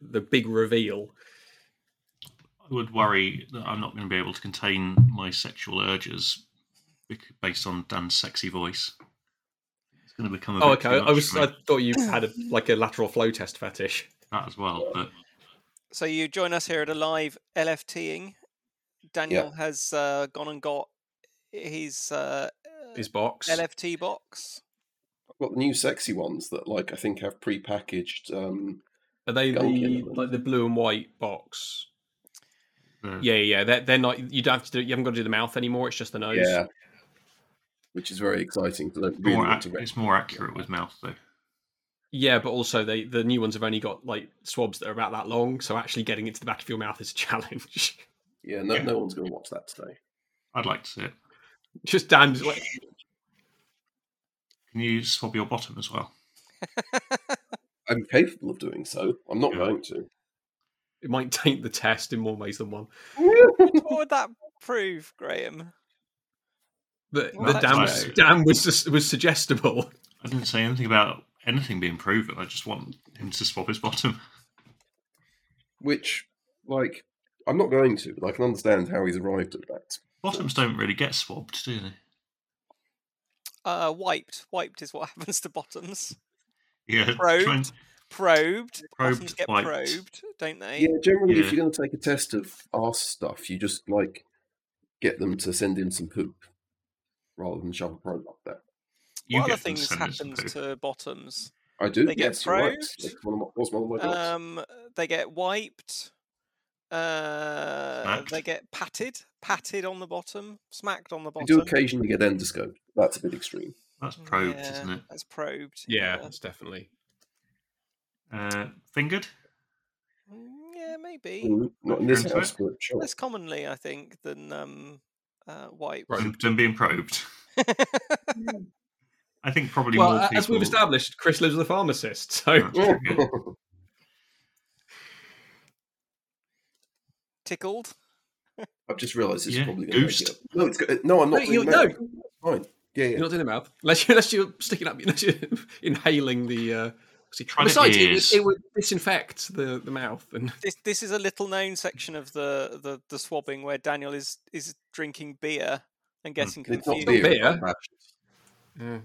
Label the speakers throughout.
Speaker 1: the big reveal.
Speaker 2: I would worry that I'm not going to be able to contain my sexual urges bec- based on Dan's sexy voice. It's going to become a
Speaker 1: Oh,
Speaker 2: bit too
Speaker 1: okay. I
Speaker 2: much
Speaker 1: was
Speaker 2: for
Speaker 1: I
Speaker 2: me,
Speaker 1: thought you had a, like a lateral flow test fetish.
Speaker 2: that as well, but
Speaker 3: So you join us here at a live LFTing. Daniel has uh, gone and got his uh,
Speaker 1: His box.
Speaker 3: LFT box.
Speaker 4: Got the new sexy ones that, like, I think have pre-packaged. Um,
Speaker 1: Are they
Speaker 4: Gunky
Speaker 1: the,
Speaker 4: element.
Speaker 1: like the blue and white box?
Speaker 2: the-
Speaker 1: Yeah, yeah. They're, they're not. You don't have to do. You haven't got to do the mouth anymore. It's just the nose.
Speaker 4: yeah, which is very exciting. So I don't really
Speaker 2: more
Speaker 4: want
Speaker 2: ac-
Speaker 4: to rec-
Speaker 2: it's more accurate with mouth though.
Speaker 1: Yeah, but also they the new ones have only got like swabs that are about that long, so actually getting into the back of your mouth is a challenge.
Speaker 4: Yeah, no,
Speaker 2: yeah.
Speaker 4: no one's going to watch that today.
Speaker 2: I'd like to see it.
Speaker 1: Just Dan, just like,
Speaker 2: Can you swab your bottom as well?
Speaker 4: I'm capable of doing so. I'm not
Speaker 2: Yeah.
Speaker 4: going to.
Speaker 1: it might taint the test in more ways than one.
Speaker 3: what would that prove, Graham?
Speaker 1: But
Speaker 3: Well,
Speaker 1: the
Speaker 3: that's
Speaker 1: Dan was,
Speaker 2: right.
Speaker 1: Dan was sus- was suggestible.
Speaker 2: I didn't say anything about anything being proven. I just want him to swab his bottom.
Speaker 4: Which, like, I'm not going to. But I can understand how he's arrived at that.
Speaker 2: Bottoms don't really get swabbed, do they?
Speaker 3: Uh, wiped. Wiped is what happens to bottoms.
Speaker 2: Yeah,
Speaker 3: Probed.
Speaker 2: try and-
Speaker 3: Probed.
Speaker 2: Probed,
Speaker 3: bottoms get
Speaker 2: wiped.
Speaker 3: probed, don't they?
Speaker 4: Yeah, generally,
Speaker 2: Yeah.
Speaker 4: if you're going to take a test of arse stuff, you just like get them to send in some poop rather than shove a probe up there.
Speaker 2: you
Speaker 3: what
Speaker 2: get
Speaker 3: other
Speaker 2: them
Speaker 3: things
Speaker 2: send us some
Speaker 3: happens
Speaker 2: poop.
Speaker 3: to bottoms?
Speaker 4: I do.
Speaker 3: They get
Speaker 4: yes, you're right.
Speaker 3: probed?
Speaker 4: That's one of my, was one of my jobs.
Speaker 3: Um, they get wiped. Uh, they
Speaker 2: Smacked.
Speaker 3: get patted, patted on the bottom, smacked on the
Speaker 4: I
Speaker 3: bottom.
Speaker 4: do occasionally get endoscope. That's a bit extreme.
Speaker 2: That's probed,
Speaker 3: Yeah,
Speaker 2: isn't it?
Speaker 3: That's probed.
Speaker 1: Yeah, that's definitely.
Speaker 2: Uh, fingered.
Speaker 3: Mm, Yeah, maybe.
Speaker 4: Mm, Not in this
Speaker 2: Sure.
Speaker 4: house, but sure.
Speaker 3: Less commonly, I think, than um, uh, wiped.
Speaker 1: Probed.
Speaker 2: Than being probed. I think probably
Speaker 1: Well,
Speaker 2: more
Speaker 1: a-
Speaker 2: people.
Speaker 1: as we've established, Chris lives with a pharmacist, so
Speaker 2: That's true, yeah.
Speaker 3: Tickled.
Speaker 4: I've just realised it's
Speaker 2: Yeah,
Speaker 4: probably going to make
Speaker 2: goosed.
Speaker 4: it. up. No, it's go- uh, no, I'm not.
Speaker 1: No,
Speaker 4: doing
Speaker 1: you-
Speaker 4: that. fine. Yeah,
Speaker 1: you're
Speaker 4: yeah.
Speaker 1: not doing the mouth unless you unless you're sticking up, unless you're inhaling the. Uh, see-
Speaker 2: Try the
Speaker 1: Besides, it,
Speaker 2: ears.
Speaker 1: would- it would disinfect the, the mouth, and
Speaker 3: This this is a little known section of the, the, the swabbing where Daniel is is drinking beer and getting
Speaker 4: It's not
Speaker 3: confused.
Speaker 4: beer.
Speaker 1: Beer?
Speaker 4: it's not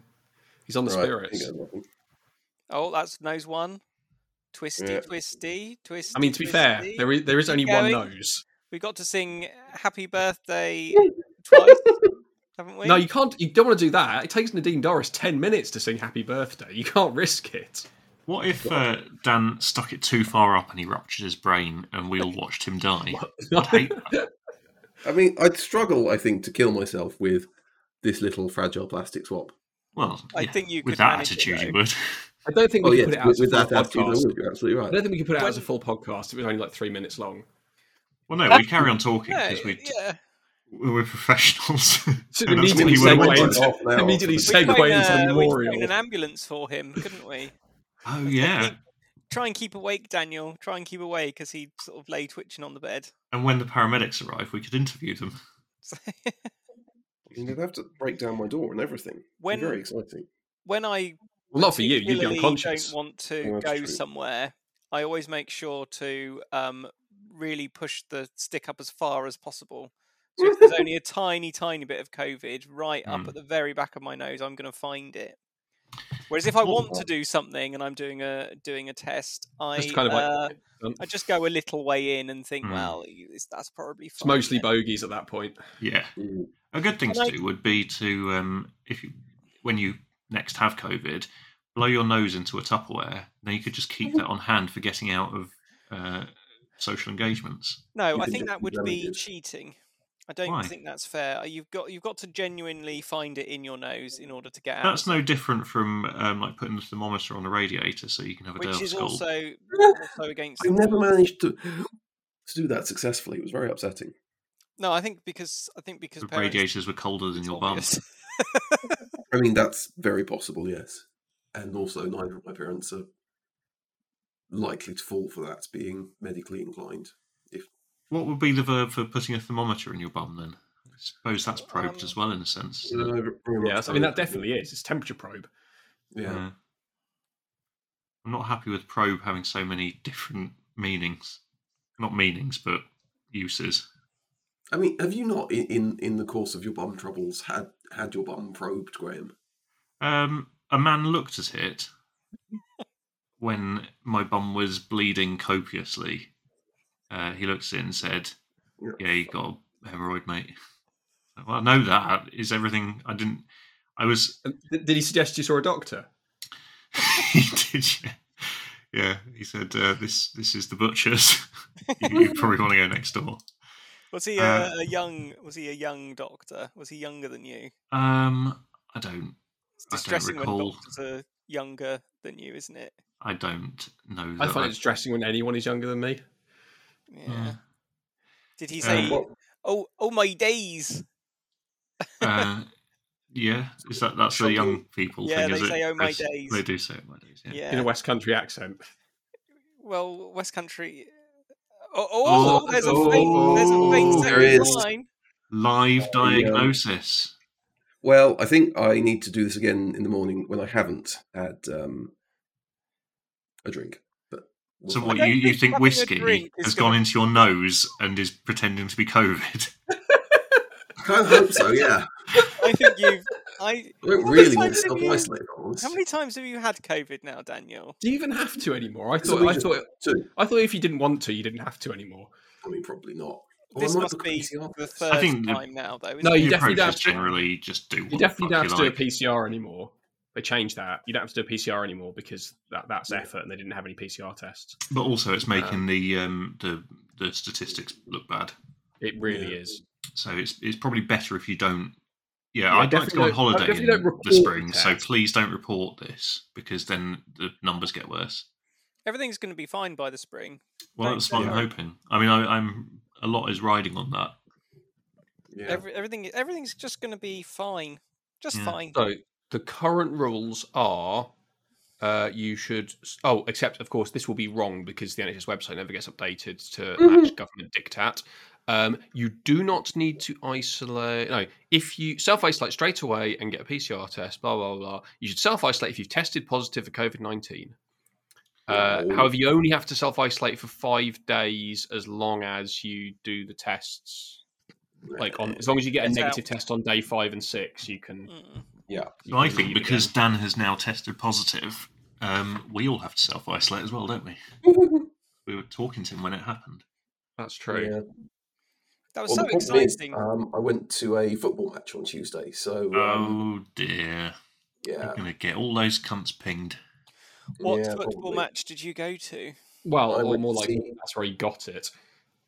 Speaker 1: he's on the
Speaker 4: Right,
Speaker 1: spirits.
Speaker 4: here goes nothing.
Speaker 3: Oh, that's nose one. Twisty,
Speaker 4: Yeah.
Speaker 3: twisty, twisty.
Speaker 1: I mean, to be fair,
Speaker 3: twisty.
Speaker 1: there is there is only one
Speaker 3: going.
Speaker 1: nose.
Speaker 3: we got to sing uh, "Happy Birthday" twice, haven't we?
Speaker 1: No, you can't. You don't want to do that. It takes Nadine Doris ten minutes to sing "Happy Birthday." You can't risk it.
Speaker 2: What if uh, Dan stuck it too far up and he ruptured his brain and we all watched him die? I'd hate that.
Speaker 4: I mean, I'd struggle, I think, to kill myself with this little fragile plastic swap.
Speaker 2: Well,
Speaker 3: I
Speaker 2: yeah,
Speaker 3: think you
Speaker 2: with
Speaker 3: could
Speaker 2: that
Speaker 3: manage it,
Speaker 2: attitude,
Speaker 3: though.
Speaker 2: you would.
Speaker 1: I don't think we
Speaker 4: Oh,
Speaker 1: can
Speaker 4: yeah,
Speaker 1: put it out
Speaker 4: with,
Speaker 1: as a
Speaker 4: with
Speaker 1: full
Speaker 4: that attitude, I
Speaker 1: podcast.
Speaker 4: would. You're
Speaker 1: I
Speaker 4: absolutely right.
Speaker 1: don't think we can put it out as a full podcast. It was only like three minutes long.
Speaker 2: Well, no, we carry on talking
Speaker 3: No,
Speaker 2: because we
Speaker 3: yeah.
Speaker 2: we're professionals.
Speaker 1: Should
Speaker 2: And that's what
Speaker 1: immediately
Speaker 2: you would
Speaker 1: segue
Speaker 2: want.
Speaker 1: into-
Speaker 4: Half an hour
Speaker 1: immediately
Speaker 4: or
Speaker 3: We
Speaker 4: something.
Speaker 1: segue
Speaker 3: phone,
Speaker 1: into the
Speaker 3: uh, we'd phone
Speaker 1: memorial.
Speaker 3: an ambulance for him, couldn't we?
Speaker 2: Oh yeah,
Speaker 3: Try and keep awake, Daniel. Try and keep awake as he sort of lay twitching on the bed.
Speaker 2: and when the paramedics arrive, we could interview them.
Speaker 3: So-
Speaker 4: I mean, They'd have to break down my door and everything.
Speaker 3: when
Speaker 4: When... Very exciting.
Speaker 3: when I
Speaker 1: Well, not for you. You'd be
Speaker 3: particularly
Speaker 1: unconscious.
Speaker 3: don't want to
Speaker 4: Oh, that's
Speaker 3: go
Speaker 4: true.
Speaker 3: somewhere, I always make sure to um, really push the stick up as far as possible. So if there's only a tiny, tiny bit of COVID right up
Speaker 2: Hmm.
Speaker 3: at the very back of my nose, I'm going to find it. Whereas if I
Speaker 2: Well,
Speaker 3: want to do something and I'm doing a doing a test, I
Speaker 1: Just kind of
Speaker 3: uh,
Speaker 1: like um,
Speaker 3: I just go a little way in and think,
Speaker 2: Hmm.
Speaker 3: well, y- it's, that's probably
Speaker 1: it's
Speaker 3: fine
Speaker 1: mostly
Speaker 3: then."
Speaker 1: bogeys at that point.
Speaker 2: Yeah,
Speaker 4: Mm.
Speaker 2: a good thing
Speaker 3: And
Speaker 2: to
Speaker 3: I-
Speaker 2: do would be to um, if you when you next have COVID, blow your nose into a Tupperware. Then you could just keep that on hand for getting out of uh, social engagements.
Speaker 3: No,
Speaker 4: You
Speaker 3: I
Speaker 4: can
Speaker 3: think
Speaker 4: get
Speaker 3: that would be
Speaker 4: damages.
Speaker 3: cheating. I don't
Speaker 2: Why?
Speaker 3: think that's fair. Uh, You've got you've got to genuinely find it in your nose in order to get out.
Speaker 2: That's no different from um, like putting the thermometer on the radiator so you can have a
Speaker 3: which
Speaker 2: day off
Speaker 3: is
Speaker 2: school.
Speaker 3: also also against.
Speaker 4: I
Speaker 3: the
Speaker 4: never
Speaker 3: law.
Speaker 4: managed to to do that successfully. It was very upsetting.
Speaker 3: No, I think because I think because
Speaker 2: The
Speaker 3: parents.
Speaker 2: radiators were colder than
Speaker 3: it's
Speaker 2: your bum.
Speaker 3: obvious.
Speaker 4: I mean, that's very possible, yes. And also, neither of my parents are likely to fall for that, being medically inclined.
Speaker 2: What would be the verb for putting a thermometer in your bum then? I suppose that's
Speaker 3: Um,
Speaker 2: probed as well in a sense.
Speaker 4: Yeah,
Speaker 2: isn't it?
Speaker 1: Yeah, that's- I mean that definitely is. It's temperature probe.
Speaker 4: Yeah.
Speaker 2: Mm. Uh, I'm not happy with probe having so many different meanings, not meanings, but uses.
Speaker 4: I mean, have you not in, in in the course of your bum troubles had had your bum probed, Graham?
Speaker 2: Um, a man looked at it when my bum was bleeding copiously. Uh, he looked at it and said, "Yeah, you got a hemorrhoid, mate." Well, I know that is everything. I didn't. I was.
Speaker 1: Um, th- Did he suggest you saw a doctor?
Speaker 2: he did. Yeah, yeah he said, uh, "This this is the butcher's. you, you probably want to go next door."
Speaker 3: Was he a,
Speaker 2: Uh,
Speaker 3: a young? Was he a young doctor? Was he younger than you?
Speaker 2: Um, I don't.
Speaker 3: It's
Speaker 2: I don't
Speaker 3: distressing when
Speaker 2: recall.
Speaker 3: doctors are younger than you, isn't it?
Speaker 2: I don't know.
Speaker 1: I
Speaker 2: That Hmm.
Speaker 1: find it distressing when anyone is younger than me.
Speaker 3: Yeah.
Speaker 2: Yeah.
Speaker 3: Did he
Speaker 2: Um,
Speaker 3: say,
Speaker 4: What-
Speaker 3: "Oh, oh my days"?
Speaker 2: uh, yeah, is that that's the young people
Speaker 3: Yeah,
Speaker 2: thing?
Speaker 3: they
Speaker 2: is it?
Speaker 3: say, "Oh, my
Speaker 2: Chris?"
Speaker 3: days.
Speaker 2: They do say, "Oh my days." Yeah.
Speaker 3: Yeah.
Speaker 1: In a West Country accent.
Speaker 3: Well, West Country. Oh, oh,
Speaker 2: Oh,
Speaker 3: there's a faint, there's a
Speaker 4: oh,
Speaker 3: faint
Speaker 4: there
Speaker 3: second
Speaker 4: is.
Speaker 3: line.
Speaker 2: Live
Speaker 4: Oh, yeah.
Speaker 2: diagnosis.
Speaker 4: Well, I think I need to do this again in the morning when I haven't had um, a drink. But we'll
Speaker 2: So
Speaker 4: find
Speaker 2: what
Speaker 4: out.
Speaker 2: you, you
Speaker 3: think
Speaker 2: think
Speaker 3: having a
Speaker 2: whiskey
Speaker 3: drink is
Speaker 2: has
Speaker 3: gonna-
Speaker 2: gone into your nose and is pretending to be COVID?
Speaker 4: I kind of hope so. Yeah,
Speaker 3: I think you've. I.
Speaker 4: I don't
Speaker 3: How many
Speaker 4: really want to
Speaker 3: times have
Speaker 4: self
Speaker 3: you-
Speaker 4: isolate. honest.
Speaker 3: How many times have you had COVID now, Daniel?
Speaker 1: Do you even have to anymore? I
Speaker 4: It's a
Speaker 1: thought. I
Speaker 4: region.
Speaker 1: thought.
Speaker 4: Two.
Speaker 1: I thought if you didn't want to, you didn't have to anymore.
Speaker 4: I mean, probably not. Well,
Speaker 3: This
Speaker 4: I might
Speaker 3: must
Speaker 4: become
Speaker 3: be
Speaker 4: PCR
Speaker 3: the
Speaker 4: first.
Speaker 3: third
Speaker 2: think the-
Speaker 3: time now, though. Isn't
Speaker 1: No,
Speaker 3: it?
Speaker 1: Oh, you
Speaker 2: The
Speaker 1: definitely
Speaker 2: approach
Speaker 1: don't
Speaker 2: is
Speaker 1: have to-
Speaker 2: generally just do. What
Speaker 1: You definitely
Speaker 2: the
Speaker 1: don't
Speaker 2: fuck
Speaker 1: have to
Speaker 2: you
Speaker 1: do a
Speaker 2: like.
Speaker 1: PCR anymore. They changed that. You don't have to do a PCR anymore because that, that's effort, and they didn't have any PCR tests.
Speaker 2: But also, it's making the um, the the statistics look bad.
Speaker 1: It really
Speaker 4: Yeah.
Speaker 1: is.
Speaker 2: So it's it's probably better if you don't. Yeah,
Speaker 1: Yeah,
Speaker 2: I'd like to
Speaker 1: definitely
Speaker 2: go on
Speaker 1: don't-
Speaker 2: holiday
Speaker 1: definitely
Speaker 2: in
Speaker 1: don't
Speaker 2: the
Speaker 1: report
Speaker 2: spring,
Speaker 1: the
Speaker 2: so
Speaker 1: test.
Speaker 2: please don't report this because then the numbers get worse.
Speaker 3: Everything's going to be fine by the spring.
Speaker 2: Well,
Speaker 3: Don't
Speaker 2: that's what
Speaker 4: say
Speaker 2: I'm hoping. I mean, I, I'm a lot is riding on that.
Speaker 4: Yeah. Mm.
Speaker 3: Every, everything, everything's just going to be fine, just
Speaker 2: Yeah.
Speaker 3: fine.
Speaker 1: So the current rules are uh, you should. Oh, except of course this will be wrong because the NHS website never gets updated to match government diktat. Um, you do not need to isolate. No, if you self isolate straight away and get a PCR test, blah blah blah. You should self isolate if you've tested positive for COVID nineteen. Uh,
Speaker 4: Oh.
Speaker 1: however, you only have to self isolate for five days as long as you do the tests. Like
Speaker 4: Eh,
Speaker 1: on, as long as you get a
Speaker 3: Get
Speaker 1: negative
Speaker 3: out.
Speaker 1: test on day five and six, you can.
Speaker 3: Mm.
Speaker 1: you
Speaker 2: So I
Speaker 1: can
Speaker 2: think
Speaker 1: leave again.
Speaker 2: because Dan has now tested positive, um, we all have to self isolate as well, don't we? We were talking to him when it happened.
Speaker 1: That's true.
Speaker 4: Yeah.
Speaker 3: That was
Speaker 4: Well,
Speaker 3: so
Speaker 4: the problem is,
Speaker 3: exciting.
Speaker 4: um, I went to a football match on Tuesday, so um,
Speaker 2: Oh dear,
Speaker 4: yeah,
Speaker 2: I'm gonna get all those cunts pinged.
Speaker 3: what
Speaker 4: yeah,
Speaker 3: football
Speaker 4: probably.
Speaker 3: match did you go to?
Speaker 1: Well,
Speaker 4: I
Speaker 1: or
Speaker 4: went
Speaker 1: more
Speaker 4: to
Speaker 1: like
Speaker 4: see-
Speaker 1: that's where he got it.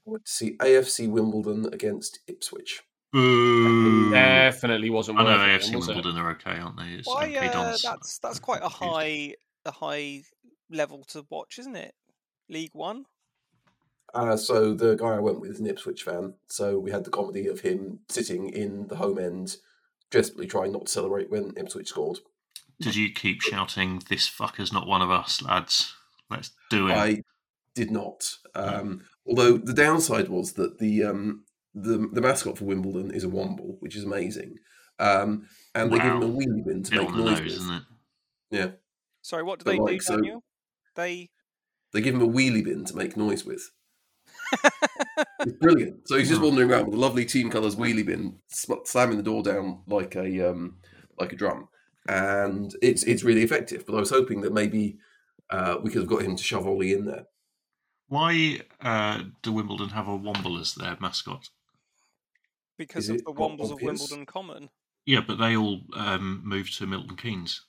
Speaker 4: I went to see AFC Wimbledon against Ipswich.
Speaker 2: Boo!
Speaker 1: Definitely wasn't.
Speaker 2: I know
Speaker 1: worth uh, it,
Speaker 2: AFC
Speaker 1: was it?
Speaker 2: Wimbledon are okay, aren't they? It's
Speaker 3: Why?
Speaker 2: okay
Speaker 3: uh,
Speaker 2: dons.
Speaker 3: that's that's quite a
Speaker 2: Tuesday.
Speaker 3: high a high level to watch, isn't it? League One.
Speaker 4: Uh, so the guy I went with is an Ipswich fan, so we had the comedy of him sitting in the home end, desperately trying not to celebrate when Ipswich scored.
Speaker 2: Did you keep shouting, "This fucker's not one of us, lads"? Let's do it.
Speaker 4: I did not. Um, although the downside was that the um, the the mascot for Wimbledon is a womble, which is amazing. Um, and they give him a
Speaker 2: Wow.
Speaker 4: wheelie bin to
Speaker 2: Bit
Speaker 4: make
Speaker 2: on the nose,
Speaker 4: noises.
Speaker 2: isn't it?
Speaker 3: Sorry, what do
Speaker 4: But
Speaker 3: they do,
Speaker 4: like, so-
Speaker 3: Daniel? They
Speaker 4: They give him a wheelie bin to make noise with. It's brilliant. So he's just
Speaker 2: Hmm.
Speaker 4: wandering around with a lovely team colours wheelie bin, sm- slamming the door down like a um, like a drum, and it's it's really effective. But I was hoping that maybe uh, we could have got him to shove Ollie in there.
Speaker 2: Why uh, do Wimbledon have a womble as their mascot?
Speaker 3: because
Speaker 4: Is
Speaker 3: of
Speaker 4: it
Speaker 3: the
Speaker 4: not
Speaker 3: Wombles of
Speaker 4: obvious?
Speaker 3: Wimbledon Common.
Speaker 2: Yeah, but they all um, moved to Milton Keynes.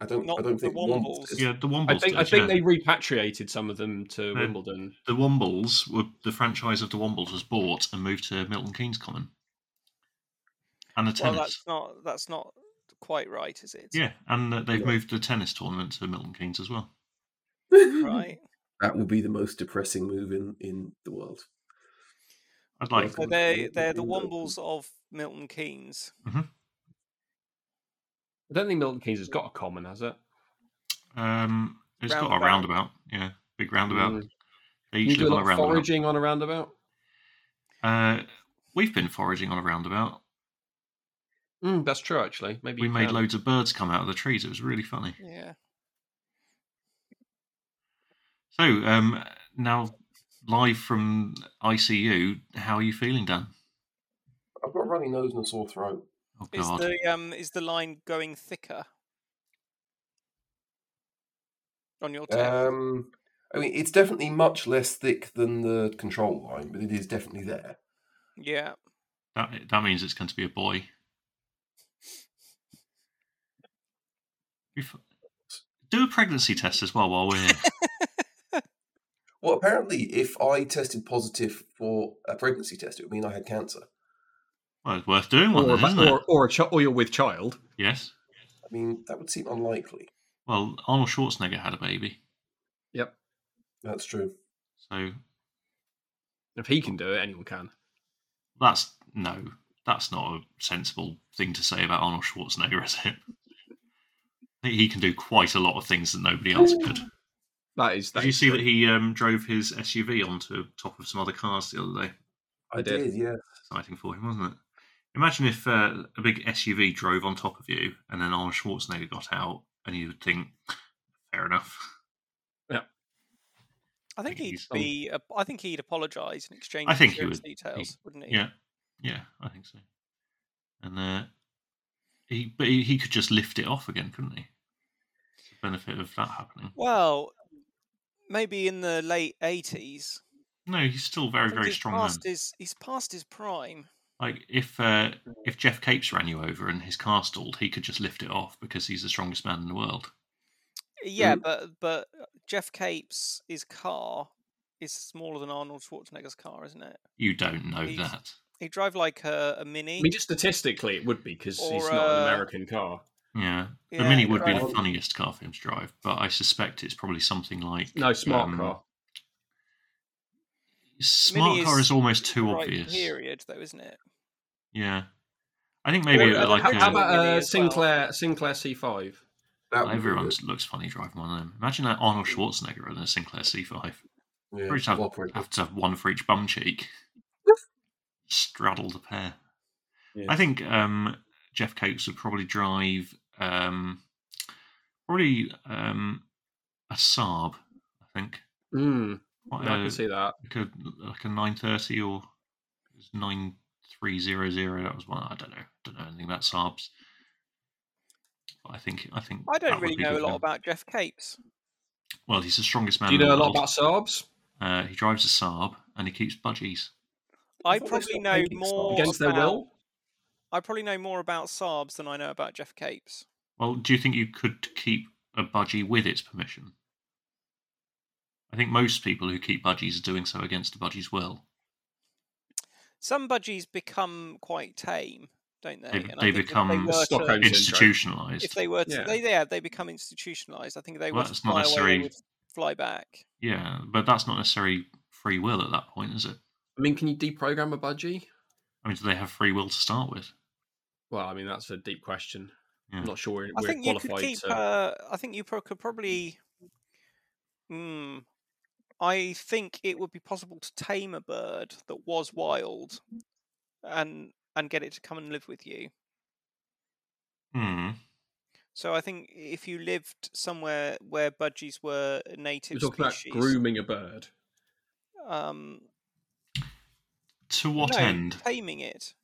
Speaker 4: I don't.
Speaker 3: Not
Speaker 4: I don't
Speaker 3: the
Speaker 4: think Wombles
Speaker 3: Wombles.
Speaker 4: is-
Speaker 2: Yeah, the Wombles.
Speaker 1: I think I
Speaker 2: did,
Speaker 1: think
Speaker 2: yeah.
Speaker 1: they repatriated some of them to
Speaker 2: Yeah.
Speaker 1: Wimbledon.
Speaker 2: The Wombles were the franchise of the Wombles was bought and moved to Milton Keynes Common. And the
Speaker 3: Well,
Speaker 2: tennis.
Speaker 3: that's not that's not quite right, is it?
Speaker 2: yeah, and uh, they've
Speaker 4: Yeah.
Speaker 2: moved the tennis tournament to Milton Keynes as well.
Speaker 3: Right.
Speaker 4: That would be the most depressing move in in the world.
Speaker 2: I'd like.
Speaker 3: So
Speaker 4: Wimbledon
Speaker 3: they they're the
Speaker 4: Wimbledon.
Speaker 3: Wombles of Milton Keynes.
Speaker 1: I don't think Milton Keynes has got a common, has it?
Speaker 2: Um, it's got a
Speaker 3: Roundabout.
Speaker 2: roundabout. Yeah, big roundabout.
Speaker 1: Mm.
Speaker 2: They
Speaker 1: You
Speaker 2: each
Speaker 1: do a lot
Speaker 2: live on a
Speaker 1: of
Speaker 2: roundabout.
Speaker 1: foraging on a roundabout.
Speaker 2: Uh, we've been foraging on a roundabout.
Speaker 1: Mm, that's true, actually. Maybe
Speaker 2: We
Speaker 1: you
Speaker 2: made
Speaker 1: can.
Speaker 2: loads of birds come out of the trees. It was really funny.
Speaker 3: Yeah.
Speaker 2: So um, now live from ICU, how are you feeling, Dan?
Speaker 4: I've got a runny nose and a sore throat.
Speaker 2: Oh
Speaker 3: Is
Speaker 2: God,
Speaker 3: the um is the line going thicker on your tip?
Speaker 4: Um, I mean, it's definitely much less thick than the control line, but it is definitely there.
Speaker 3: yeah.
Speaker 2: that that means it's going to be a boy. You've- Do a pregnancy test as well while we're here.
Speaker 4: Well, apparently, if I tested positive for a pregnancy test, it would mean I had cancer.
Speaker 2: well, it's worth doing one,
Speaker 1: Or,
Speaker 2: then, isn't
Speaker 1: or,
Speaker 2: it?
Speaker 1: or, a ch- or you're with child.
Speaker 2: Yes.
Speaker 4: I mean, that would seem unlikely.
Speaker 2: Well, Arnold Schwarzenegger had a baby,
Speaker 4: That's true.
Speaker 2: so
Speaker 1: If he can do it, anyone can.
Speaker 2: that's no, that's not a sensible thing to say about Arnold Schwarzenegger, is it? I think he can do quite a lot of things that nobody else could.
Speaker 1: That is. That
Speaker 2: Did you
Speaker 1: is
Speaker 2: see
Speaker 1: true.
Speaker 2: that he um, drove his SUV onto top of some other cars the other day?
Speaker 4: I,
Speaker 1: I did.
Speaker 4: did. yeah.
Speaker 2: Exciting for him, wasn't it? Imagine if uh, a big SUV drove on top of you, and then Arnold Schwarzenegger got out, and you would think, "Fair enough."
Speaker 3: I think
Speaker 2: think
Speaker 3: he'd
Speaker 2: he's-
Speaker 3: be. ap- I think he'd apologise and exchange.
Speaker 2: I think he
Speaker 3: insurance
Speaker 2: would.
Speaker 3: Details, wouldn't he?
Speaker 2: Yeah, yeah, I think so. And uh, he, but he, he could just lift it off again, couldn't he? It's the benefit of that happening.
Speaker 3: Well, maybe in the late eighties.
Speaker 2: No, he's still very, very
Speaker 3: he's
Speaker 2: strong man.
Speaker 3: Past his, he's past his prime.
Speaker 2: Like if uh, if Jeff Capes ran you over and his car stalled, he could just lift it off because he's the strongest man in the world.
Speaker 3: Yeah,
Speaker 4: Mm.
Speaker 3: but but Jeff Capes' his car is smaller than Arnold Schwarzenegger's car, isn't it?
Speaker 2: You don't know
Speaker 3: He's-
Speaker 2: that.
Speaker 3: He drive like a, a mini.
Speaker 1: I mean, just statistically, it would be because
Speaker 3: Or,
Speaker 1: it's not an
Speaker 3: uh,
Speaker 1: American car.
Speaker 2: Yeah. the
Speaker 3: Yeah,
Speaker 2: Mini would be
Speaker 3: drive-
Speaker 2: the funniest car for him to drive, but I suspect it's probably something like
Speaker 1: No, smart
Speaker 2: um,
Speaker 1: car.
Speaker 2: Smart
Speaker 3: Mini
Speaker 2: car
Speaker 3: is
Speaker 2: is almost too
Speaker 3: right
Speaker 2: obvious.
Speaker 3: Period, though, isn't it?
Speaker 2: Yeah. I think maybe
Speaker 1: Or, uh,
Speaker 2: like
Speaker 1: how,
Speaker 2: a,
Speaker 1: how about
Speaker 3: Mini
Speaker 1: uh,
Speaker 3: as well.
Speaker 1: Sinclair Sinclair C5?
Speaker 4: That would be
Speaker 2: everyone
Speaker 4: good.
Speaker 2: looks funny driving one of them. Imagine that Arnold
Speaker 3: Mm.
Speaker 2: Schwarzenegger and a Sinclair C5.
Speaker 4: Yeah,
Speaker 2: Pretty tough.
Speaker 4: cooperate.
Speaker 2: Have to have one for each bum cheek. Straddle the pair.
Speaker 1: Yeah.
Speaker 2: I think um, Jeff Coates would probably drive um, probably um, a Saab. I think uh,
Speaker 1: Mm,
Speaker 2: Quite
Speaker 1: I
Speaker 2: a-
Speaker 1: can see that.
Speaker 2: like a like a nine thirty or nine three zero zero. That was one. I don't know. Don't know anything about Saabs. But I think I think
Speaker 3: I
Speaker 2: that
Speaker 3: don't
Speaker 2: would
Speaker 3: really
Speaker 2: be
Speaker 3: know a
Speaker 2: good for
Speaker 3: lot
Speaker 2: him.
Speaker 3: about Jeff Capes.
Speaker 2: Well, he's the strongest man.
Speaker 1: Do you
Speaker 2: in
Speaker 1: know a
Speaker 2: the
Speaker 1: lot
Speaker 2: world.
Speaker 1: about Saabs?
Speaker 2: Uh, he drives a Saab and he keeps budgies.
Speaker 3: I
Speaker 4: thought they
Speaker 3: probably
Speaker 4: stopped
Speaker 3: know
Speaker 4: making stuff.
Speaker 3: more
Speaker 1: Against their
Speaker 3: about,
Speaker 1: will?
Speaker 3: I probably know more about Saabs than I know about Jeff Capes.
Speaker 2: Well, do you think you could keep a budgie with its permission? I think most people who keep budgies are doing so against the budgie's will.
Speaker 3: Some budgies become quite tame, don't they?
Speaker 2: They-
Speaker 3: And I
Speaker 2: they
Speaker 3: think if
Speaker 2: become
Speaker 3: were to-
Speaker 1: Stockholm syndrome.
Speaker 2: Institutionalized.
Speaker 3: If they were, to,
Speaker 1: Yeah.
Speaker 3: they yeah, they become institutionalized. I think if they
Speaker 2: Well,
Speaker 3: were to
Speaker 2: that's not
Speaker 3: fly away,
Speaker 2: necessarily-
Speaker 3: they would fly back.
Speaker 2: Yeah, but that's not necessarily free will at that point, is it?
Speaker 1: I mean, can you deprogram a budgie?
Speaker 2: I mean, do they have free will to start with?
Speaker 1: Well, I mean, that's a deep question.
Speaker 2: Yeah.
Speaker 1: I'm not sure we're,
Speaker 3: I
Speaker 1: we're
Speaker 3: think you
Speaker 1: qualified
Speaker 3: could keep.
Speaker 1: to.
Speaker 3: Uh, I think you pro- could probably. Hmm. I think it would be possible to tame a bird that was wild, and and get it to come and live with you.
Speaker 2: Hmm.
Speaker 3: So I think if you lived somewhere where budgies were a
Speaker 1: we're
Speaker 3: native
Speaker 1: talking
Speaker 3: species,
Speaker 1: about grooming a bird.
Speaker 3: um,
Speaker 2: To what
Speaker 3: no,
Speaker 2: end?
Speaker 3: Taming it.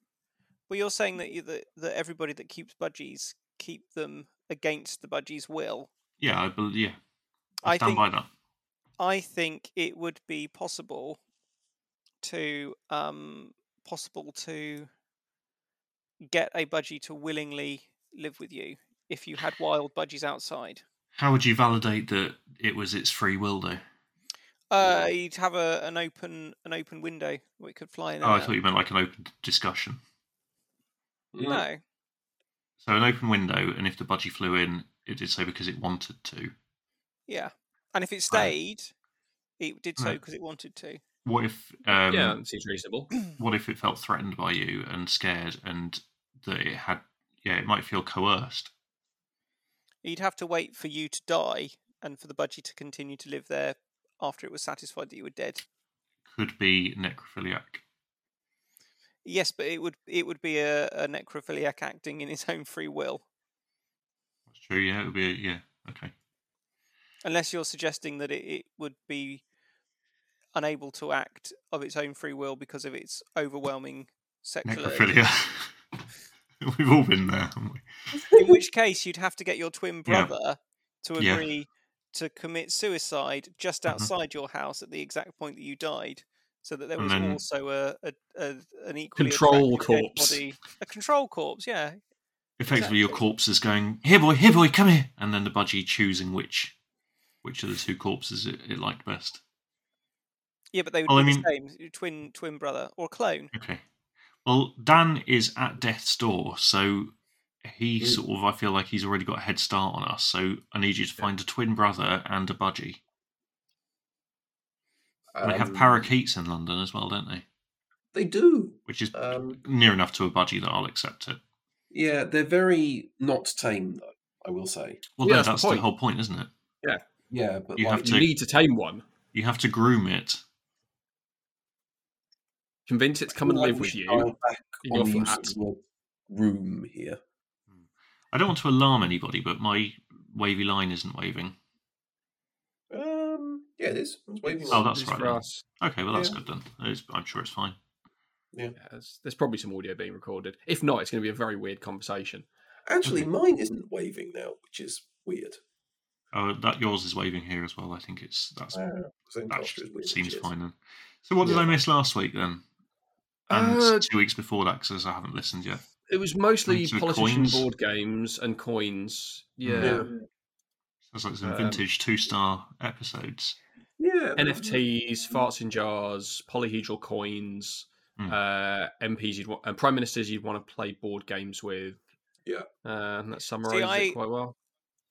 Speaker 3: Well, you're saying that you, that, that everybody that keeps budgies keep them against the budgies' will.
Speaker 2: Yeah, I believe. Yeah, I,
Speaker 3: I
Speaker 2: stand
Speaker 3: think
Speaker 2: by that.
Speaker 3: I think it would be possible to um possible to get a budgie to willingly live with you if you had wild budgies outside.
Speaker 2: How would you validate that it was its free will, though?
Speaker 3: Uh, you'd have a, an open an open window where it could fly in.
Speaker 2: Oh,
Speaker 3: and
Speaker 2: I
Speaker 3: out.
Speaker 2: thought you meant like an open discussion.
Speaker 4: Mm.
Speaker 3: No.
Speaker 2: So an open window, and if the budgie flew in, it did so because it wanted to.
Speaker 3: Yeah. And if it
Speaker 2: Right.
Speaker 3: stayed, it did so
Speaker 2: Right.
Speaker 3: because it wanted to.
Speaker 2: What if? Um,
Speaker 1: yeah, that seems reasonable.
Speaker 2: What if it felt threatened by you and scared, and that it had? Yeah, it might feel coerced.
Speaker 3: You'd have to wait for you to die and for the budgie to continue to live there after it was satisfied that you were dead.
Speaker 2: Could be necrophiliac.
Speaker 3: Yes, but it would it would be a, a necrophiliac acting in its own free will.
Speaker 2: That's true. Yeah, it would be. Yeah. Okay.
Speaker 3: Unless you're suggesting that it, it would be unable to act of its own free will because of its overwhelming sexual.
Speaker 2: Necrophilia. We've all been there, haven't we?
Speaker 3: In which case, you'd have to get your twin
Speaker 2: Yeah.
Speaker 3: brother to
Speaker 2: Yeah.
Speaker 3: agree to commit suicide just
Speaker 2: Mhm.
Speaker 3: outside your house at the exact point that you died, so that there
Speaker 2: And
Speaker 3: was
Speaker 2: then-
Speaker 3: also a, a, a an equally
Speaker 1: Control
Speaker 3: attractive dead
Speaker 1: corpse.
Speaker 3: body. a control corpse. Yeah,
Speaker 2: Effectively, your
Speaker 3: Exactly.
Speaker 2: corpse is going, here, boy, here, boy, come here. And then the budgie choosing which which of the two corpses it, it liked best.
Speaker 3: yeah, but they would
Speaker 2: Well, I
Speaker 3: be
Speaker 2: mean-
Speaker 3: the same twin twin brother or clone.
Speaker 2: Okay. Well, Dan is at death's door, so he
Speaker 4: Mm.
Speaker 2: sort of, I feel like he's already got a head start on us. So I need you to find a twin brother and a budgie. And they have
Speaker 4: Um,
Speaker 2: parakeets in London as well, don't they?
Speaker 4: They do.
Speaker 2: Which is
Speaker 4: Um,
Speaker 2: near enough to a budgie that I'll accept it.
Speaker 4: yeah, they're very not tame, though. I will say.
Speaker 2: Well,
Speaker 1: Yeah,
Speaker 2: no,
Speaker 1: that's the
Speaker 2: that's, the,
Speaker 1: point.
Speaker 2: whole point, isn't it?
Speaker 4: Yeah, but
Speaker 2: You
Speaker 4: like,
Speaker 2: have
Speaker 1: You
Speaker 2: to-
Speaker 1: need to tame one.
Speaker 2: You have to groom it.
Speaker 1: Convince it to come and live with you
Speaker 4: Dial back
Speaker 1: in your
Speaker 4: on the
Speaker 1: flat.
Speaker 4: use of the word room here.
Speaker 2: I don't want to alarm anybody, but my wavy line isn't waving.
Speaker 4: Um, yeah, it is. It's waving
Speaker 2: Oh,
Speaker 4: line.
Speaker 2: that's
Speaker 1: This
Speaker 2: right,
Speaker 1: for
Speaker 2: then.
Speaker 1: us.
Speaker 2: Okay, well, that's
Speaker 4: Yeah.
Speaker 2: good then. It's, I'm sure it's fine.
Speaker 1: Yeah, there's, there's probably some audio being recorded. If not, it's going to be a very weird conversation.
Speaker 4: Actually, mine isn't waving now, which is weird.
Speaker 2: Oh, that yours is waving here as well. I think it's that's
Speaker 4: Uh, same
Speaker 2: that
Speaker 4: culture as weird,
Speaker 2: seems
Speaker 4: which is-
Speaker 2: fine then. So, what did
Speaker 4: Yeah.
Speaker 2: I miss last week then? And
Speaker 1: Uh,
Speaker 2: two weeks before that, because I haven't listened yet.
Speaker 1: It was mostly
Speaker 2: Games with
Speaker 1: politician
Speaker 2: coins.
Speaker 1: board games and coins. Yeah.
Speaker 4: Yeah,
Speaker 2: Sounds like some
Speaker 1: Um,
Speaker 2: vintage two-star episodes.
Speaker 4: yeah.
Speaker 1: NFTs, farts in jars, polyhedral coins,
Speaker 2: Hmm.
Speaker 1: uh, MPs you'd want, and prime ministers you'd want to play board games with.
Speaker 4: Yeah.
Speaker 1: Uh, and that summarizes
Speaker 3: I-
Speaker 1: it quite well.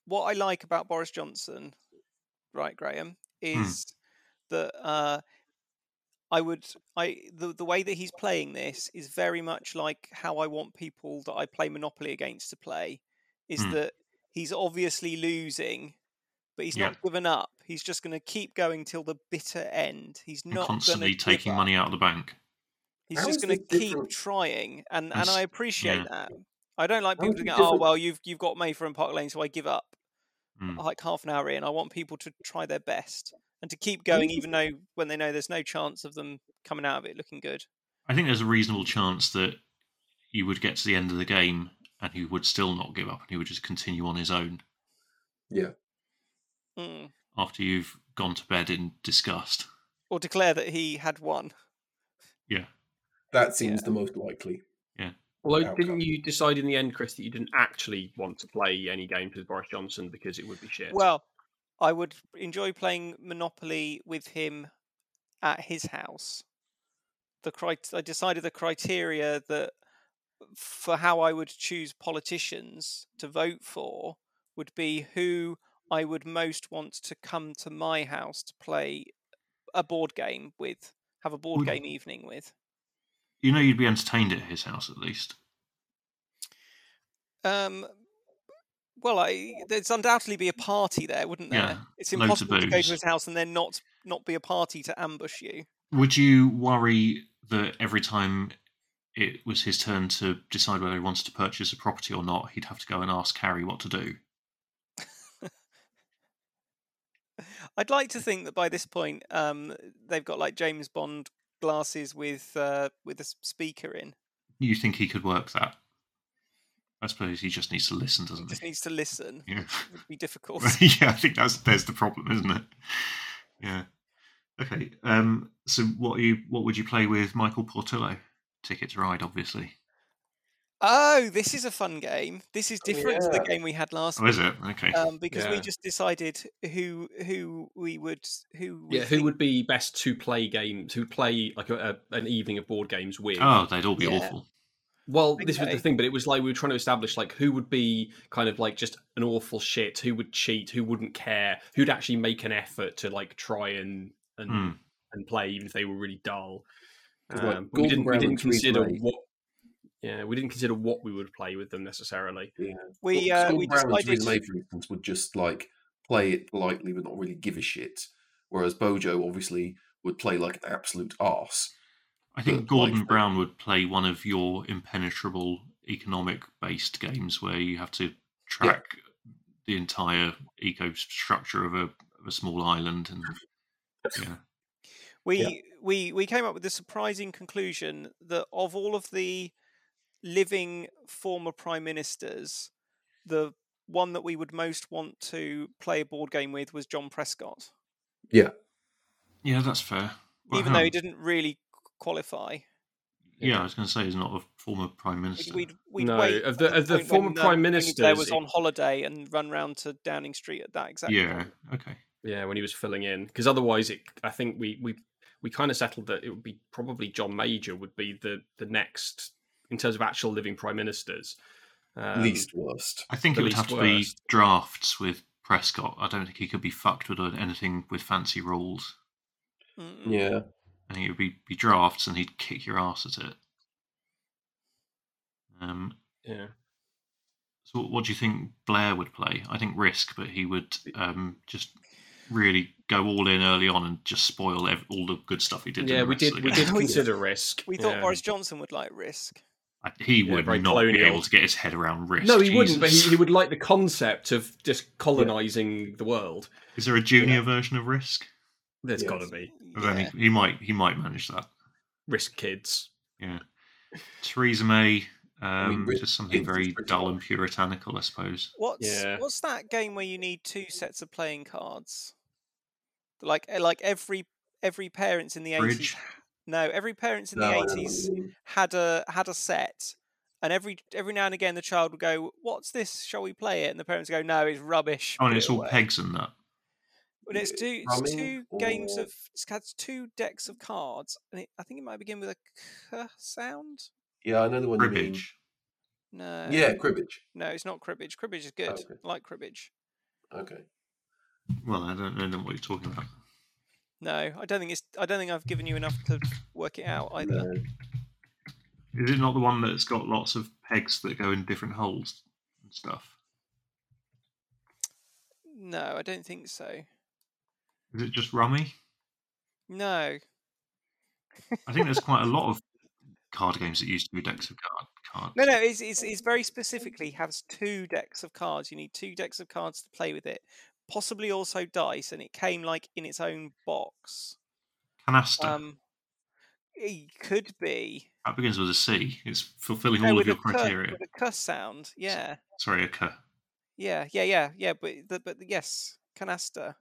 Speaker 3: what I like about Boris Johnson, right, Graham,
Speaker 2: Hmm.
Speaker 3: is that uh, I would I the the way that he's playing this is very much like how I want people that I play Monopoly against to play. Is
Speaker 2: Hmm.
Speaker 3: that he's obviously losing, but he's
Speaker 2: Yeah.
Speaker 3: not given up. He's just going to keep going till the bitter end. He's
Speaker 2: and
Speaker 3: not gonna
Speaker 2: constantly
Speaker 3: give
Speaker 2: taking
Speaker 3: up.
Speaker 2: money out of the bank.
Speaker 3: He's
Speaker 4: How
Speaker 3: just
Speaker 4: is
Speaker 3: going to
Speaker 4: this
Speaker 3: keep
Speaker 4: different? Mm.
Speaker 3: trying, and and
Speaker 2: That's-
Speaker 3: I appreciate
Speaker 2: yeah.
Speaker 3: that. I don't like
Speaker 4: How
Speaker 3: people
Speaker 4: is
Speaker 3: to
Speaker 4: it
Speaker 3: go, oh
Speaker 4: different?
Speaker 3: well, you've you've got Mayfair and Park Lane, so I give up.
Speaker 2: Mm.
Speaker 3: Like half an hour in, I want people to try their best and to keep going,
Speaker 4: is
Speaker 3: even though when they know there's no chance of them coming out of it looking good.
Speaker 2: I think there's a reasonable chance that you would get to the end of the game and he would still not give up and he would just continue on his own
Speaker 3: Mm.
Speaker 2: after you've gone to bed in disgust.
Speaker 3: Or declare that he had won.
Speaker 2: Yeah.
Speaker 4: That seems the most likely.
Speaker 1: Although,
Speaker 4: outcome.
Speaker 1: didn't you decide in the end, Chris, that you didn't actually want to play any games with Boris Johnson because it would be shit?
Speaker 3: Well, I would enjoy playing Monopoly with him at his house. The crit- I decided the criteria that for how I would choose politicians to vote for would be who I would most want to come to my house to play a board game with, have a board
Speaker 2: Would-
Speaker 3: game evening with.
Speaker 2: You know you'd be entertained at his house at least.
Speaker 3: Um, well, I there's undoubtedly be a party there, wouldn't there?
Speaker 2: Yeah,
Speaker 3: it's
Speaker 2: loads of
Speaker 3: impossible to go
Speaker 2: booze.
Speaker 3: to his house and then not not be a party to ambush you.
Speaker 2: Would you worry that every time it was his turn to decide whether he wanted to purchase a property or not, he'd have to go and ask Carrie what to do?
Speaker 3: I'd like to think that by this point, um, they've got like James Bond glasses with uh, with a s- speaker in.
Speaker 2: You think he could work that? I suppose he just needs to listen,
Speaker 3: He
Speaker 2: doesn't
Speaker 3: just
Speaker 2: he?
Speaker 3: needs to listen.
Speaker 2: Yeah.
Speaker 3: It would be difficult.
Speaker 2: yeah, I think that's there's the problem, isn't it? Yeah. Okay. Um. So, what are you what would you play with Michael Portillo? Ticket to Ride, obviously.
Speaker 3: oh, this is a fun game. This is
Speaker 4: Oh,
Speaker 3: different to the
Speaker 4: yeah.
Speaker 3: game we had last
Speaker 2: Oh, is it? Okay.
Speaker 3: um, because we
Speaker 1: Yeah.
Speaker 3: just decided who who we would who we
Speaker 1: yeah, who
Speaker 3: think-
Speaker 1: would be best to play games, to play like a, a, an evening of board games with?
Speaker 2: oh, they'd all be
Speaker 3: yeah.
Speaker 2: awful.
Speaker 1: Well, this was
Speaker 3: Okay.
Speaker 1: the thing, but it was like we were trying to establish like who would be kind of like just an awful shit, who would cheat, who wouldn't care, who'd actually make an effort to like try and and,
Speaker 2: Hmm.
Speaker 1: and play even if they were really dull.
Speaker 4: 'Cause, like,
Speaker 1: Um, but we
Speaker 4: Gordon
Speaker 1: didn't we
Speaker 4: Brown
Speaker 1: didn't
Speaker 4: and Theresa
Speaker 1: consider
Speaker 4: May.
Speaker 1: what yeah we didn't consider what we would play with them necessarily.
Speaker 3: we
Speaker 4: Well,
Speaker 3: uh,
Speaker 4: Scott
Speaker 3: we
Speaker 4: Brown and
Speaker 3: decided
Speaker 4: Theresa May, for instance, would just like play it politely but not really give a shit. Whereas Bojo obviously would play like an absolute arse.
Speaker 2: I think
Speaker 4: But,
Speaker 2: Gordon
Speaker 4: like-
Speaker 2: Brown would play one of your impenetrable economic based games where you have to track the entire eco structure of a, of a small island. And yeah,
Speaker 3: We we we came up with the surprising conclusion that of all of the living former prime ministers, the one that we would most want to play a board game with was John Prescott,
Speaker 2: yeah, that's fair. Well, hang
Speaker 3: even though
Speaker 2: on.
Speaker 1: Uh-huh.
Speaker 3: he didn't really qualify.
Speaker 2: yeah, I was going to say he's not a former prime minister.
Speaker 3: We'd, we'd, we'd
Speaker 1: No,
Speaker 3: wait
Speaker 1: of the-
Speaker 3: at
Speaker 1: of the
Speaker 3: point
Speaker 1: former
Speaker 3: when,
Speaker 1: prime
Speaker 3: when There
Speaker 1: ministers,
Speaker 3: was
Speaker 1: it-
Speaker 3: on holiday and run round to Downing Street at that exact.
Speaker 2: yeah,
Speaker 3: point.
Speaker 2: okay.
Speaker 1: Yeah, when he was filling in, because otherwise, it. I think we we we kind of settled that it would be probably John Major would be the the next in terms of actual living prime ministers. Um,
Speaker 4: least worst.
Speaker 2: I think
Speaker 1: the
Speaker 2: it would
Speaker 1: least
Speaker 2: have to be
Speaker 1: worst.
Speaker 2: drafts with Prescott. I don't think he could be fucked with anything with fancy rules.
Speaker 3: Mm, mm.
Speaker 4: Yeah,
Speaker 2: I think it would be, be drafts and he'd kick your ass at it. Um,
Speaker 1: Yeah.
Speaker 2: so, what, what do you think Blair would play? I think risk, but he would um, just really go all in early on and just spoil ev- all the good stuff he did. in
Speaker 1: Oh, yeah,
Speaker 2: the
Speaker 1: we
Speaker 2: rest of
Speaker 1: did.
Speaker 2: the
Speaker 1: We
Speaker 2: game.
Speaker 1: did consider risk.
Speaker 3: We thought
Speaker 1: yeah.
Speaker 3: Boris Johnson would like risk.
Speaker 2: I- He
Speaker 1: Yeah,
Speaker 2: would
Speaker 1: very
Speaker 2: not be
Speaker 1: colonial.
Speaker 2: able to get his head around risk.
Speaker 1: No, he wouldn't. But he,
Speaker 2: Jesus.
Speaker 1: he would like the concept of just colonizing the world.
Speaker 2: Is there a junior version of risk?
Speaker 1: There's
Speaker 4: Yes.
Speaker 1: got to be
Speaker 2: I don't think- he might. He might manage that.
Speaker 1: risk kids.
Speaker 2: Theresa May, um,
Speaker 4: mean, Brit-
Speaker 2: just something
Speaker 4: it's
Speaker 2: very
Speaker 4: pretty
Speaker 2: dull
Speaker 4: dull.
Speaker 2: and puritanical, I suppose.
Speaker 3: What's
Speaker 1: Yeah.
Speaker 3: what's that game where you need two sets of playing cards? Like eh, like every every parents in the
Speaker 2: Bridge.
Speaker 3: eighties. No, every parents in
Speaker 4: No, I know
Speaker 3: the
Speaker 4: what you
Speaker 3: eighties
Speaker 4: mean.
Speaker 3: had a had a set, and every every now and again the child would go, "What's this? Shall we play it?" And the parents go, "No, it's rubbish."
Speaker 2: Oh,
Speaker 3: put
Speaker 2: and
Speaker 3: it
Speaker 2: it's all
Speaker 3: away."
Speaker 2: pegs and that.
Speaker 3: But it's
Speaker 4: Yeah,
Speaker 3: two it's
Speaker 4: drumming
Speaker 3: two games
Speaker 4: or-
Speaker 3: of it's had two decks of cards, and it, I think it might begin with a k sound.
Speaker 4: yeah, I know the one you mean.
Speaker 2: Cribbage.
Speaker 3: No.
Speaker 4: Yeah, cribbage.
Speaker 3: No, it's not cribbage. Cribbage is good.
Speaker 4: okay.
Speaker 3: I like cribbage.
Speaker 4: Okay.
Speaker 2: Well, I don't know what you're talking about.
Speaker 3: No, I don't think it's. I don't think I've given you enough to work it out either.
Speaker 4: No.
Speaker 2: Is it not the one that's got lots of pegs that go in different holes and stuff?
Speaker 3: No, I don't think so.
Speaker 2: Is it just rummy?
Speaker 3: No,
Speaker 2: I think there's quite a lot of card games that used to be decks of card cards.
Speaker 3: no, no. It's, it's it's very specifically has two decks of cards. You need two decks of cards to play with it. Possibly also dice, and it came like in its own box.
Speaker 2: Canasta.
Speaker 3: Um, it could be
Speaker 2: that begins with a C. It's fulfilling
Speaker 3: no,
Speaker 2: all of
Speaker 3: with
Speaker 2: your
Speaker 3: a cur-
Speaker 2: criteria.
Speaker 3: with a cuss sound. Yeah,
Speaker 2: Sorry, a cur.
Speaker 3: yeah, yeah, yeah, yeah. But the, but yes, canasta.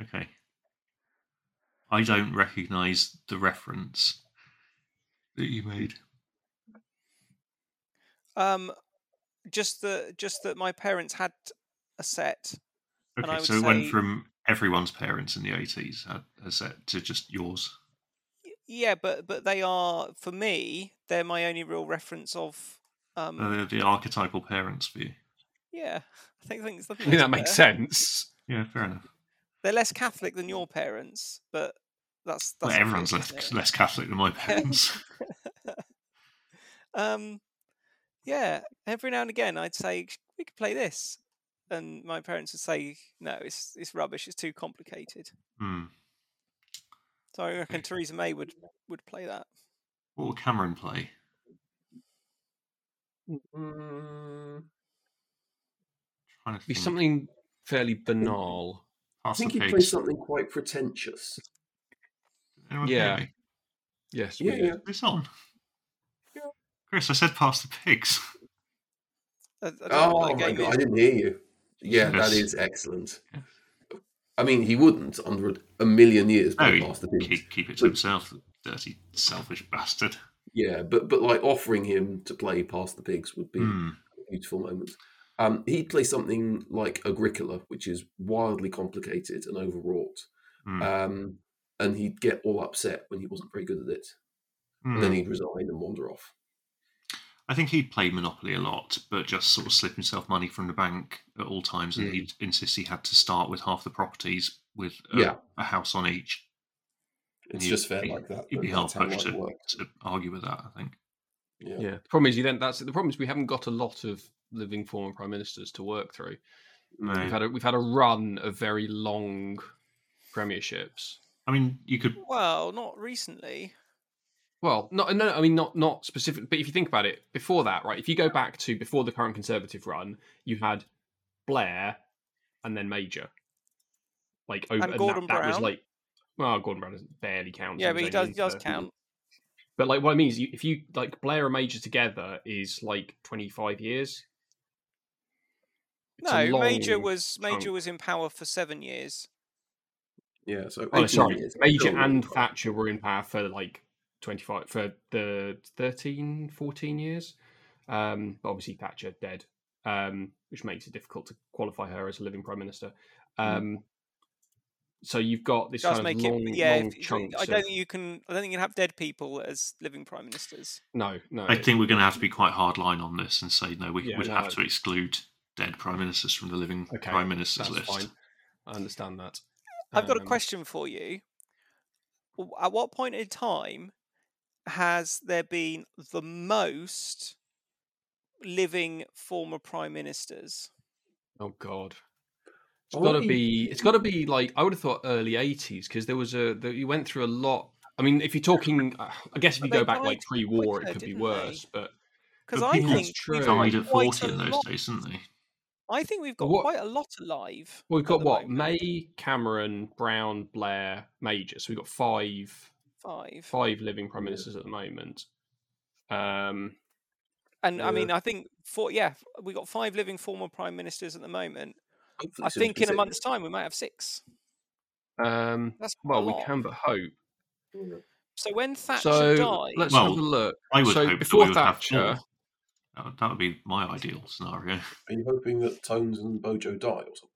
Speaker 2: Okay. I don't recognise the reference that you made.
Speaker 3: Um, just that just that my parents had a set And
Speaker 2: Okay,
Speaker 3: I would
Speaker 2: so it went
Speaker 3: say-
Speaker 2: from everyone's parents in the eighties a set to just yours.
Speaker 3: Y- Yeah, but but they are for me. They're my only real reference of. Um,
Speaker 2: Uh, the archetypal parents for you.
Speaker 3: yeah, I think, I think it's
Speaker 1: I think that makes sense.
Speaker 2: Yeah, fair enough.
Speaker 3: They're less Catholic than your parents, but that's that's
Speaker 2: Well,
Speaker 3: the
Speaker 2: everyone's
Speaker 3: truth,
Speaker 2: less
Speaker 3: isn't it?
Speaker 2: less Catholic than my parents.
Speaker 3: Um, yeah. Every now and again, I'd say "Sh- we could play this, and my parents would say, "No, it's it's rubbish. It's too complicated."
Speaker 2: Hmm.
Speaker 3: So I reckon Theresa May would would play that.
Speaker 2: What will Cameron play?
Speaker 4: Mm,
Speaker 2: Trying to
Speaker 1: Be
Speaker 2: think.
Speaker 1: something fairly banal.
Speaker 4: I
Speaker 2: Pass the
Speaker 4: think he plays
Speaker 2: pigs.
Speaker 4: something quite pretentious.
Speaker 2: Anyone hear
Speaker 1: Yeah.
Speaker 2: me?
Speaker 1: Yes.
Speaker 4: Yeah,
Speaker 1: we
Speaker 4: yeah.
Speaker 1: do.
Speaker 2: Is this on? Chris, I said pass the pigs.
Speaker 3: I, I don't know
Speaker 4: Oh,
Speaker 3: what that
Speaker 4: my
Speaker 3: game
Speaker 4: God,
Speaker 3: is.
Speaker 4: I didn't hear you. Yeah,
Speaker 2: Yes.
Speaker 4: that is excellent.
Speaker 2: Yeah.
Speaker 4: I mean, he wouldn't under a million years
Speaker 2: No,
Speaker 4: play
Speaker 2: Oh, he-
Speaker 4: Master Pigs.
Speaker 2: Keep, keep it to himself, the dirty, selfish bastard.
Speaker 4: Yeah, but but like offering him to play past the pigs would be
Speaker 2: Hmm.
Speaker 4: a beautiful moment. Um, he'd play something like Agricola, which is wildly complicated and overwrought.
Speaker 2: Hmm.
Speaker 4: Um, and he'd get all upset when he wasn't very good at it,
Speaker 2: Hmm.
Speaker 4: and then he'd resign and wander off.
Speaker 2: I think he'd play Monopoly a lot, but just sort of slip himself money from the bank at all times, and
Speaker 4: Mm.
Speaker 2: he'd insist he had to start with half the properties with a,
Speaker 4: Yeah.
Speaker 2: a house on each.
Speaker 4: It's
Speaker 2: You-
Speaker 4: just fair
Speaker 2: you-
Speaker 4: like that.
Speaker 2: He'd
Speaker 4: but
Speaker 2: be hard
Speaker 4: that's how
Speaker 2: pushed
Speaker 4: life
Speaker 2: to,
Speaker 4: works.
Speaker 2: to argue with that. I think.
Speaker 4: Yeah.
Speaker 1: Yeah. The problem is, you then that's the problem is we haven't got a lot of living former prime ministers to work through. Hmm. We've had a, we've had a run of very long premierships.
Speaker 2: I mean, you could.
Speaker 3: Well, not recently.
Speaker 1: Well, not no, I mean not not specific, but if you think about it, before that, right? If you go back to before the current Conservative run, you had Blair, and then Major. Like over
Speaker 3: And Gordon
Speaker 1: that, that was
Speaker 3: Brown?
Speaker 1: like well, Gordon Brown doesn't barely count.
Speaker 3: Yeah, but he does he does
Speaker 1: count.
Speaker 3: count.
Speaker 1: But like what I mean is, you, if you like Blair and Major together is like twenty five years. It's a
Speaker 3: No, Major
Speaker 1: long-
Speaker 3: was Major
Speaker 1: chunk.
Speaker 3: was in power for seven years.
Speaker 4: Yeah, so
Speaker 1: Oh,
Speaker 4: 18
Speaker 1: sorry,
Speaker 4: years.
Speaker 1: Major
Speaker 4: Still-
Speaker 1: and Thatcher were in power for like twenty five for the 13, 14 years. Um, but obviously Thatcher dead, um, which makes it difficult to qualify her as a living prime minister. Um, so you've got this
Speaker 3: Does
Speaker 1: kind of
Speaker 3: Mm. make
Speaker 1: long,
Speaker 3: it, yeah.
Speaker 1: long
Speaker 3: If, if-
Speaker 1: chunks.
Speaker 3: I don't
Speaker 1: of-
Speaker 3: think you can. I don't think you can have dead people as living prime ministers.
Speaker 1: no, no.
Speaker 2: I think we're going to have to be quite hard line on this and say no. We
Speaker 1: Yeah,
Speaker 2: would
Speaker 1: no.
Speaker 2: have to exclude dead prime ministers from the living
Speaker 1: Okay,
Speaker 2: prime ministers
Speaker 1: that's
Speaker 2: list.
Speaker 1: fine. I understand that.
Speaker 3: I've got a
Speaker 1: Um,
Speaker 3: question for you. W- At what point in time has there been the most living former prime ministers?
Speaker 1: Oh God. It's
Speaker 4: I
Speaker 1: got to
Speaker 4: wouldn't-
Speaker 1: be. It's got to be like I would have thought early '80s because there was a the, you went through a lot. I mean, if you're talking, uh, I guess if
Speaker 3: But
Speaker 1: you go
Speaker 3: they
Speaker 1: back like
Speaker 3: died
Speaker 1: pre-war,
Speaker 3: quicker,
Speaker 1: it could be
Speaker 3: didn't
Speaker 1: worse.
Speaker 3: they?
Speaker 1: But
Speaker 3: Because
Speaker 2: But
Speaker 3: I
Speaker 2: people
Speaker 3: think
Speaker 1: That's
Speaker 3: we've
Speaker 1: true.
Speaker 3: got
Speaker 2: Died at
Speaker 3: quite
Speaker 2: forty
Speaker 3: a
Speaker 2: in those
Speaker 3: lot-
Speaker 2: days, didn't they?
Speaker 3: I think we've got
Speaker 1: What-
Speaker 3: quite a lot alive.
Speaker 1: well, we've
Speaker 3: at
Speaker 1: got
Speaker 3: the
Speaker 1: what
Speaker 3: moment.
Speaker 1: May, Cameron, Brown, Blair, Major. So we've got five
Speaker 3: Five.
Speaker 1: five living prime ministers at the moment. Um,
Speaker 3: And
Speaker 4: Yeah.
Speaker 3: I mean, I think four. Yeah, f- we got five living former prime ministers at the moment.
Speaker 4: hopefully
Speaker 3: I
Speaker 4: soon to
Speaker 3: think
Speaker 4: be
Speaker 3: in a
Speaker 4: six.
Speaker 3: month's time we might have six.
Speaker 1: um,
Speaker 3: That's a
Speaker 1: well, we
Speaker 3: lot.
Speaker 1: can but hope.
Speaker 3: So when Thatcher
Speaker 1: So
Speaker 3: died,
Speaker 1: let's
Speaker 2: Well,
Speaker 1: have a look.
Speaker 2: I would
Speaker 1: So
Speaker 2: hope
Speaker 1: before
Speaker 2: that we would
Speaker 1: Thatcher-
Speaker 2: have more. That would, that would be my ideal scenario.
Speaker 4: Are you hoping that Tones and Bojo die or something?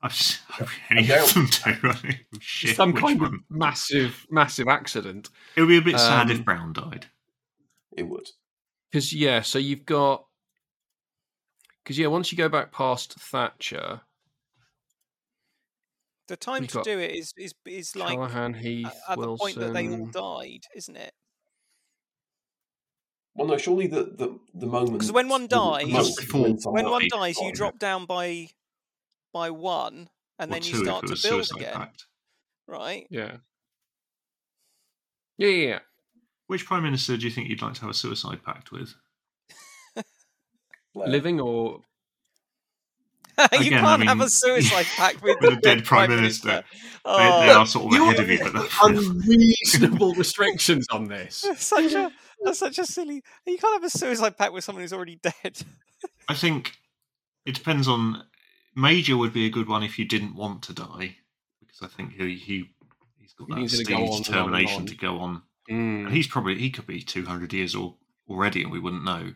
Speaker 2: I'm just hoping any
Speaker 4: Yeah.
Speaker 2: of them do. I think. Shit,
Speaker 1: Some
Speaker 2: which
Speaker 1: kind of
Speaker 2: one?
Speaker 1: massive, massive accident.
Speaker 2: It would be a bit
Speaker 1: um,
Speaker 2: sad if Brown died.
Speaker 4: It would.
Speaker 1: Because yeah, so you've got because yeah, once you go back past Thatcher,
Speaker 3: the time
Speaker 1: we've
Speaker 3: to
Speaker 1: got
Speaker 3: do it is is is like
Speaker 1: Callahan,
Speaker 3: a-
Speaker 1: Heath,
Speaker 3: at the
Speaker 1: Wilson.
Speaker 3: point that they all died, isn't it?
Speaker 4: Well, no, surely the, the, the moment.
Speaker 3: 'Cause when one
Speaker 4: the- the
Speaker 3: dies-
Speaker 4: moment
Speaker 2: Before-
Speaker 4: someone-
Speaker 2: Oh,
Speaker 3: When one
Speaker 2: eight,
Speaker 3: dies, you
Speaker 2: one.
Speaker 3: drop down by by one, and
Speaker 2: Or
Speaker 3: then you
Speaker 2: two if
Speaker 3: start
Speaker 2: it
Speaker 3: to
Speaker 2: was
Speaker 3: build
Speaker 2: suicide
Speaker 3: again,
Speaker 2: pact.
Speaker 3: right?
Speaker 1: Yeah. Yeah, yeah, yeah.
Speaker 2: Which prime minister do you think you'd like to have a suicide pact with?
Speaker 4: Blair.
Speaker 1: Living or
Speaker 3: you
Speaker 2: Again, I
Speaker 3: can't have
Speaker 2: mean,
Speaker 3: a suicide pact with,
Speaker 2: with a
Speaker 3: the
Speaker 2: dead prime minister. They, they
Speaker 3: Oh,
Speaker 2: are sort of
Speaker 1: you
Speaker 2: ahead
Speaker 1: are
Speaker 2: of you, but that's
Speaker 1: unreasonable restrictions on this.
Speaker 3: such a that's such a silly. You can't have a suicide pact with someone who's already dead.
Speaker 2: I think it depends on. Major would be a good one if you didn't want to die, because I think he, he he's got
Speaker 1: He
Speaker 2: that
Speaker 1: needs to
Speaker 2: steady
Speaker 1: go on and on and
Speaker 2: determination
Speaker 1: on.
Speaker 2: to go on.
Speaker 1: Mm.
Speaker 2: And he's probably he could be two hundred years or already, and we wouldn't know.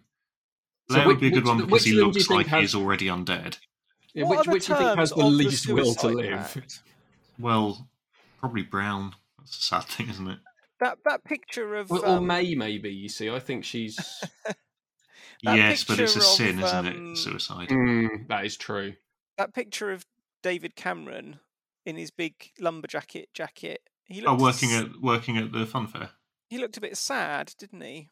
Speaker 1: So
Speaker 2: Blair
Speaker 1: which-
Speaker 2: would be a good
Speaker 1: which-
Speaker 2: one
Speaker 1: which
Speaker 2: because he
Speaker 1: of them do you
Speaker 2: looks
Speaker 1: think
Speaker 2: like
Speaker 1: has-
Speaker 2: he's already undead.
Speaker 1: Yeah,
Speaker 3: What
Speaker 1: which
Speaker 3: are
Speaker 1: which do you think has
Speaker 3: terms
Speaker 1: the
Speaker 3: of
Speaker 1: least will to
Speaker 3: suicide
Speaker 1: live?
Speaker 3: pact?
Speaker 2: Well, probably Brown. That's a sad thing, isn't it?
Speaker 3: That that picture of
Speaker 1: Well, or
Speaker 3: um,
Speaker 1: May, maybe. You see, I think she's.
Speaker 3: That
Speaker 2: yes, but it's a
Speaker 3: picture of,
Speaker 2: sin, isn't
Speaker 3: um,
Speaker 2: it? Suicide.
Speaker 1: Mm, that is true.
Speaker 3: that picture of David Cameron in his big lumberjacket jacket. He
Speaker 2: Oh,
Speaker 3: looked
Speaker 2: working
Speaker 3: s-
Speaker 2: at working at the fun fair.
Speaker 3: he looked a bit sad, didn't he?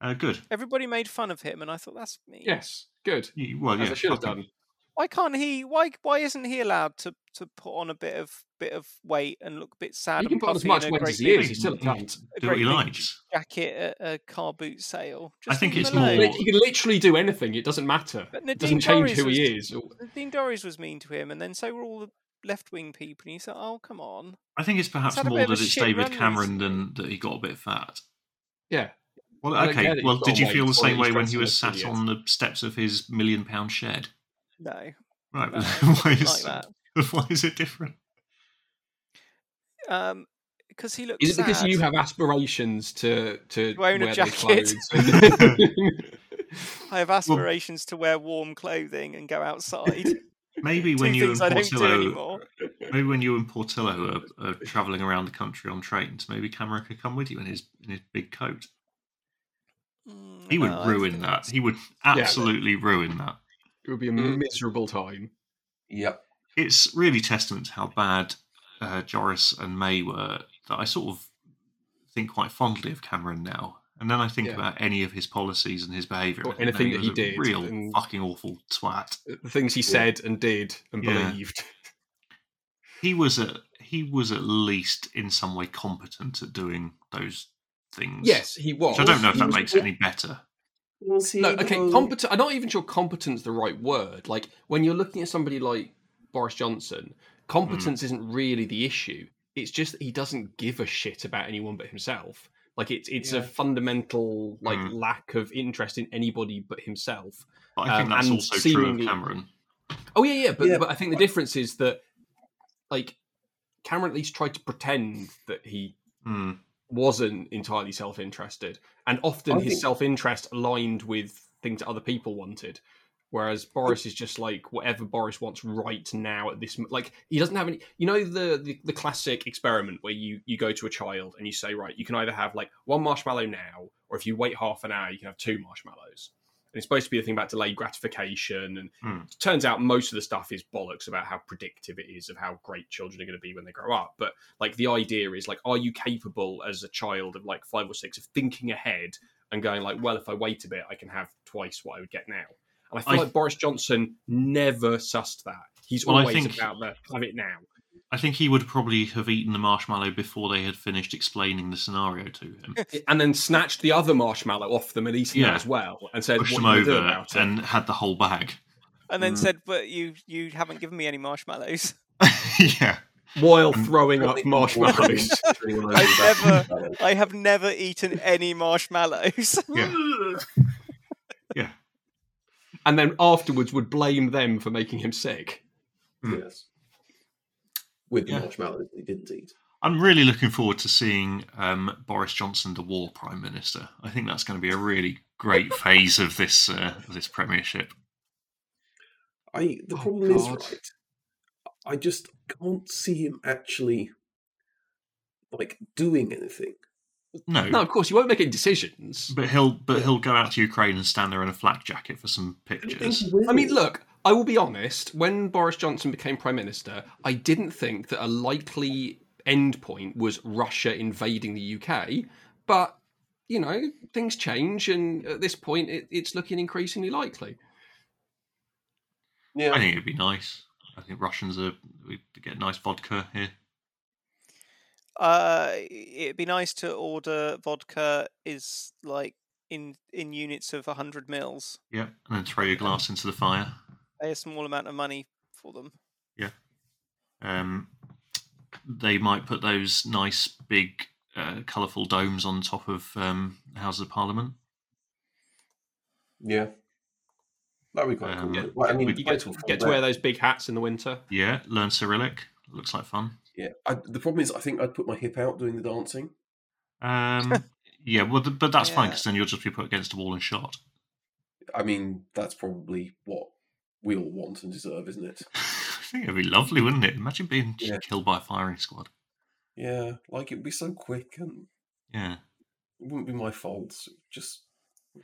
Speaker 2: Uh, good.
Speaker 3: Everybody made fun of him, and I thought that's me.
Speaker 1: Yes, good.
Speaker 2: You- Well,
Speaker 1: As
Speaker 2: yeah,
Speaker 1: I should have
Speaker 2: fucking-
Speaker 1: done.
Speaker 3: Why can't he? Why why isn't he allowed to to put on a bit of bit of weight and look a bit sad?
Speaker 1: He can
Speaker 3: and
Speaker 1: put on as
Speaker 3: puffy
Speaker 1: much
Speaker 3: in a
Speaker 1: weight
Speaker 3: great
Speaker 1: as he
Speaker 3: big
Speaker 1: is. He's still a cunt.
Speaker 3: a
Speaker 2: Do what he
Speaker 3: great big
Speaker 2: likes.
Speaker 3: Jacket at a car boot sale. Just
Speaker 2: think
Speaker 3: leave
Speaker 2: it's
Speaker 3: him alone.
Speaker 2: more-
Speaker 1: Like, He can literally do anything. It doesn't matter.
Speaker 3: But
Speaker 1: It doesn't
Speaker 3: Nadine
Speaker 1: change
Speaker 3: Dorries
Speaker 1: who
Speaker 3: was,
Speaker 1: he is.
Speaker 3: Nadine Dorries was mean to him, and then so were all the left wing people. And he said, "Oh, come on."
Speaker 2: I think it's perhaps
Speaker 3: had a bit
Speaker 2: more
Speaker 3: of a
Speaker 2: that it's
Speaker 3: shit
Speaker 2: David
Speaker 3: run
Speaker 2: Cameron than that he got a bit fat.
Speaker 1: Yeah.
Speaker 2: Well,
Speaker 1: I don't care
Speaker 2: okay.
Speaker 1: that he's
Speaker 2: Well,
Speaker 1: got
Speaker 2: did you
Speaker 1: weight
Speaker 2: feel
Speaker 1: or
Speaker 2: the same
Speaker 1: he's
Speaker 2: way when
Speaker 1: dressed
Speaker 2: he
Speaker 1: in
Speaker 2: was
Speaker 1: a
Speaker 2: sat
Speaker 1: idiot?
Speaker 2: on the steps of his million pound shed?
Speaker 3: No,
Speaker 2: Right.
Speaker 3: no,
Speaker 2: but
Speaker 3: I
Speaker 2: why,
Speaker 3: didn't
Speaker 2: is,
Speaker 3: like that.
Speaker 2: why is it different?
Speaker 3: Um, because he looks.
Speaker 1: Is it because
Speaker 3: sad.
Speaker 1: you have aspirations to to
Speaker 3: To own a
Speaker 1: wear those
Speaker 3: jacket.
Speaker 1: clothes and-
Speaker 3: I have aspirations to wear warm clothing and go outside.
Speaker 2: Maybe
Speaker 3: Two
Speaker 2: when you
Speaker 3: things I
Speaker 2: and
Speaker 3: don't do
Speaker 2: Portillo,
Speaker 3: anymore.
Speaker 2: maybe when you and Portillo are, are traveling around the country on trains, maybe Cameron could come with you in his in his big coat.
Speaker 3: Mm,
Speaker 2: He would
Speaker 3: no, I
Speaker 2: ruin
Speaker 3: think
Speaker 2: that.
Speaker 3: that's-
Speaker 2: He would absolutely ruin that.
Speaker 1: it would be a
Speaker 4: Mm.
Speaker 1: miserable time.
Speaker 4: Yep.
Speaker 2: it's really testament to how bad uh, Joris and May were that I sort of think quite fondly of Cameron now. And then I think
Speaker 1: Yeah.
Speaker 2: about any of his policies and his behaviour.
Speaker 1: Or
Speaker 2: and I
Speaker 1: anything
Speaker 2: think
Speaker 1: that
Speaker 2: was
Speaker 1: he
Speaker 2: a
Speaker 1: did,
Speaker 2: Real
Speaker 1: and-
Speaker 2: fucking awful twat.
Speaker 1: The things he said and did and
Speaker 2: Yeah.
Speaker 1: believed.
Speaker 2: He was a he was at least in some way competent at doing those things.
Speaker 1: Yes, he was.
Speaker 2: Which I don't know if
Speaker 1: He
Speaker 2: that
Speaker 1: was-
Speaker 2: makes it any better.
Speaker 4: Was he
Speaker 1: No, okay,
Speaker 4: like-
Speaker 1: competent. I'm not even sure competent's the right word. Like when you're looking at somebody like Boris Johnson,
Speaker 2: Hmm.
Speaker 1: competence isn't really the issue. It's just that he doesn't give a shit about anyone but himself. Like it's it's a
Speaker 3: Yeah.
Speaker 1: fundamental like
Speaker 2: Mm.
Speaker 1: lack of interest in anybody but himself.
Speaker 2: But I
Speaker 1: Um,
Speaker 2: think that's
Speaker 1: and
Speaker 2: also true
Speaker 1: seemingly-
Speaker 2: of Cameron.
Speaker 1: Oh yeah, yeah, but
Speaker 4: Yeah,
Speaker 1: but I think the difference is that like Cameron at least tried to pretend that he
Speaker 2: Mm.
Speaker 1: wasn't entirely self-interested and often
Speaker 4: I
Speaker 1: his
Speaker 4: think-
Speaker 1: self-interest aligned with things that other people wanted whereas boris is just like whatever boris wants right now at this mo- like he doesn't have any you know the, the the classic experiment where you you go to a child and you say right you can either have like one marshmallow now or if you wait half an hour you can have two marshmallows and it's supposed to be the thing about delayed gratification and
Speaker 2: Hmm.
Speaker 1: it turns out most of the stuff is bollocks about how predictive it is of how great children are going to be when they grow up but like the idea is like are you capable as a child of like five or six of thinking ahead and going like well if i wait a bit i can have twice what i would get now and i feel
Speaker 2: I-
Speaker 1: like boris johnson never sussed that he's
Speaker 2: Well, I
Speaker 1: always
Speaker 2: think-
Speaker 1: about the have it now
Speaker 2: I think he would probably have eaten the marshmallow before they had finished explaining the scenario to him.
Speaker 1: and then snatched the other marshmallow off them and eaten
Speaker 2: Yeah.
Speaker 1: that as well and said
Speaker 2: pushed
Speaker 1: what
Speaker 2: him
Speaker 1: are you gonna do
Speaker 2: over
Speaker 1: about it
Speaker 2: and had the whole bag.
Speaker 3: and then
Speaker 1: Mm.
Speaker 3: said, "But you you haven't given me any marshmallows.
Speaker 2: yeah.
Speaker 1: while throwing up
Speaker 4: Really
Speaker 1: marshmallows
Speaker 4: important. Really one of
Speaker 3: I've
Speaker 4: those about marshmallows.
Speaker 3: I have never eaten any marshmallows."
Speaker 1: and then afterwards would blame them for making him sick Hmm.
Speaker 2: Mm.
Speaker 4: Yes. With the
Speaker 2: Yeah.
Speaker 4: marshmallows that he didn't eat.
Speaker 2: I'm really looking forward to seeing um, Boris Johnson, the war prime minister. I think that's going to be a really great phase of this uh, of this premiership.
Speaker 4: I the
Speaker 1: Oh,
Speaker 4: problem is
Speaker 1: God.
Speaker 4: right. I just can't see him actually like doing anything.
Speaker 2: No,
Speaker 1: no of course you won't make any decisions
Speaker 2: but he'll but he'll go out to Ukraine and stand there in a flak jacket for some
Speaker 4: I don't think
Speaker 2: pictures.
Speaker 4: he will.
Speaker 1: I mean, look, I will be honest. When Boris Johnson became prime minister, I didn't think that a likely end point was Russia invading the UK. But you know, things change, and at this point, it, it's looking increasingly likely.
Speaker 4: Yeah.
Speaker 2: I think it'd be nice. I think Russians are we get nice vodka here.
Speaker 3: Uh, it'd be nice to order vodka is like in in units of hundred mils.
Speaker 2: Yeah, and then throw your glass into the fire.
Speaker 3: Pay a small amount of money for them.
Speaker 2: Um, they might put those nice big uh, colourful domes on top of um, the Houses of Parliament.
Speaker 4: Yeah. That'd be quite
Speaker 2: Um,
Speaker 4: cool.
Speaker 1: yeah.
Speaker 4: right? Well, I mean,
Speaker 1: You get,
Speaker 4: wait till
Speaker 1: get to
Speaker 4: fall
Speaker 1: wear
Speaker 4: back.
Speaker 1: those big hats in the winter.
Speaker 2: Yeah, learn Cyrillic. Looks like fun.
Speaker 4: Yeah. I, the problem is, I think I'd put my hip out doing the dancing.
Speaker 2: Um, yeah, well, th- but that's fine
Speaker 3: Yeah.
Speaker 2: because then you'll just be put against a wall and shot.
Speaker 4: I mean, that's probably what we all want and deserve, isn't it?
Speaker 2: I think it'd be lovely, wouldn't it? Imagine being
Speaker 4: Yeah.
Speaker 2: killed by a firing squad.
Speaker 4: Yeah. Like, it'd be so quick and
Speaker 2: Yeah.
Speaker 4: it wouldn't be my fault. Just.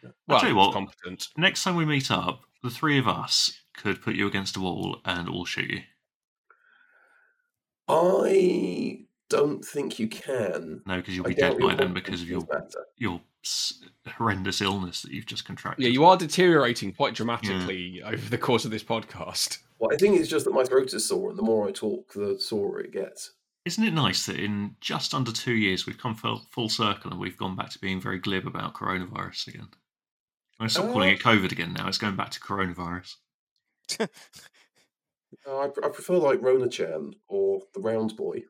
Speaker 2: I'll
Speaker 1: Well,
Speaker 2: tell you
Speaker 1: it's
Speaker 2: what.
Speaker 1: competent.
Speaker 2: Next time we meet up, the three of us could put you against a wall and all shoot you.
Speaker 4: I don't think you can.
Speaker 2: No, because you'll
Speaker 4: I
Speaker 2: be
Speaker 4: doubt
Speaker 2: dead by
Speaker 4: your
Speaker 2: then
Speaker 4: confidence
Speaker 2: because of
Speaker 4: is
Speaker 2: your
Speaker 4: better.
Speaker 2: your s- horrendous illness that you've just contracted.
Speaker 1: Yeah, you are deteriorating quite dramatically
Speaker 2: Hmm.
Speaker 1: over the course of this podcast.
Speaker 4: Well, I think it's just that my throat is sore, and the more I talk, the sore it gets.
Speaker 2: Isn't it nice that in just under two years we've come full, full circle and we've gone back to being very glib about coronavirus again? I'm stop calling
Speaker 4: Uh,
Speaker 2: it COVID again now. It's going back to coronavirus.
Speaker 4: No, I, pr- I prefer like Rona Chan or the Round Boy.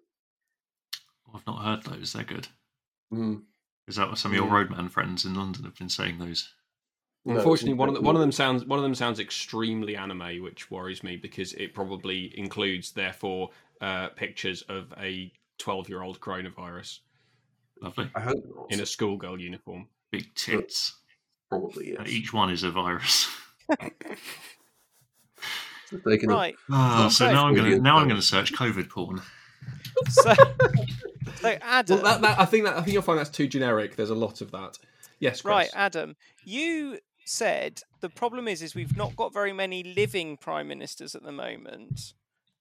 Speaker 2: I've not heard those. They're good.
Speaker 4: Mm,
Speaker 2: Is that what some of your
Speaker 1: Yeah.
Speaker 2: roadman friends in London have been saying? Those.
Speaker 4: no,
Speaker 1: Unfortunately, one of the,
Speaker 4: exactly.
Speaker 1: one of them sounds one of them sounds extremely anime, which worries me because it probably includes, therefore, uh, pictures of a twelve-year-old coronavirus
Speaker 2: Lovely.
Speaker 4: I hope not.
Speaker 1: in a schoolgirl uniform.
Speaker 2: Big tits.
Speaker 4: Probably
Speaker 2: Uh,
Speaker 4: yes.
Speaker 2: Each one is a virus.
Speaker 4: They've taken a-
Speaker 3: Right.
Speaker 2: Ah, so
Speaker 3: Lovely.
Speaker 2: now I'm going to
Speaker 4: Brilliant.
Speaker 2: now I'm going to search COVID porn.
Speaker 3: So, so Adam.
Speaker 1: Well, that, that, I think that I think you'll find that's too generic. There's a lot of that. Yes, Chris.
Speaker 3: Right, uh, Adam, you said the problem is is we've not got very many living prime ministers at the moment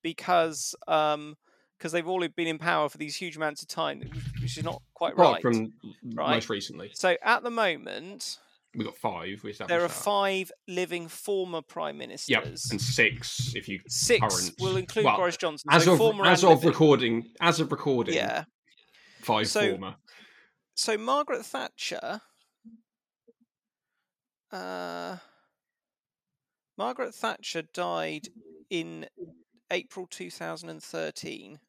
Speaker 3: because um because they've all been in power for these huge amounts of time, which- which is not quite
Speaker 1: Apart
Speaker 3: right.
Speaker 1: from
Speaker 3: Right.
Speaker 1: most recently,
Speaker 3: So at the moment,
Speaker 1: we got five. We established
Speaker 3: there are
Speaker 1: that.
Speaker 3: five living former prime ministers.
Speaker 1: Yep, and six if you
Speaker 3: Six
Speaker 1: current-
Speaker 3: will include
Speaker 1: well,
Speaker 3: Boris Johnson.
Speaker 1: as
Speaker 3: so
Speaker 1: of
Speaker 3: former
Speaker 1: as
Speaker 3: and
Speaker 1: of
Speaker 3: living.
Speaker 1: recording as of recording.
Speaker 3: Yeah.
Speaker 1: five
Speaker 3: So-
Speaker 1: former.
Speaker 3: So Margaret Thatcher Uh, Margaret Thatcher died in April 2013.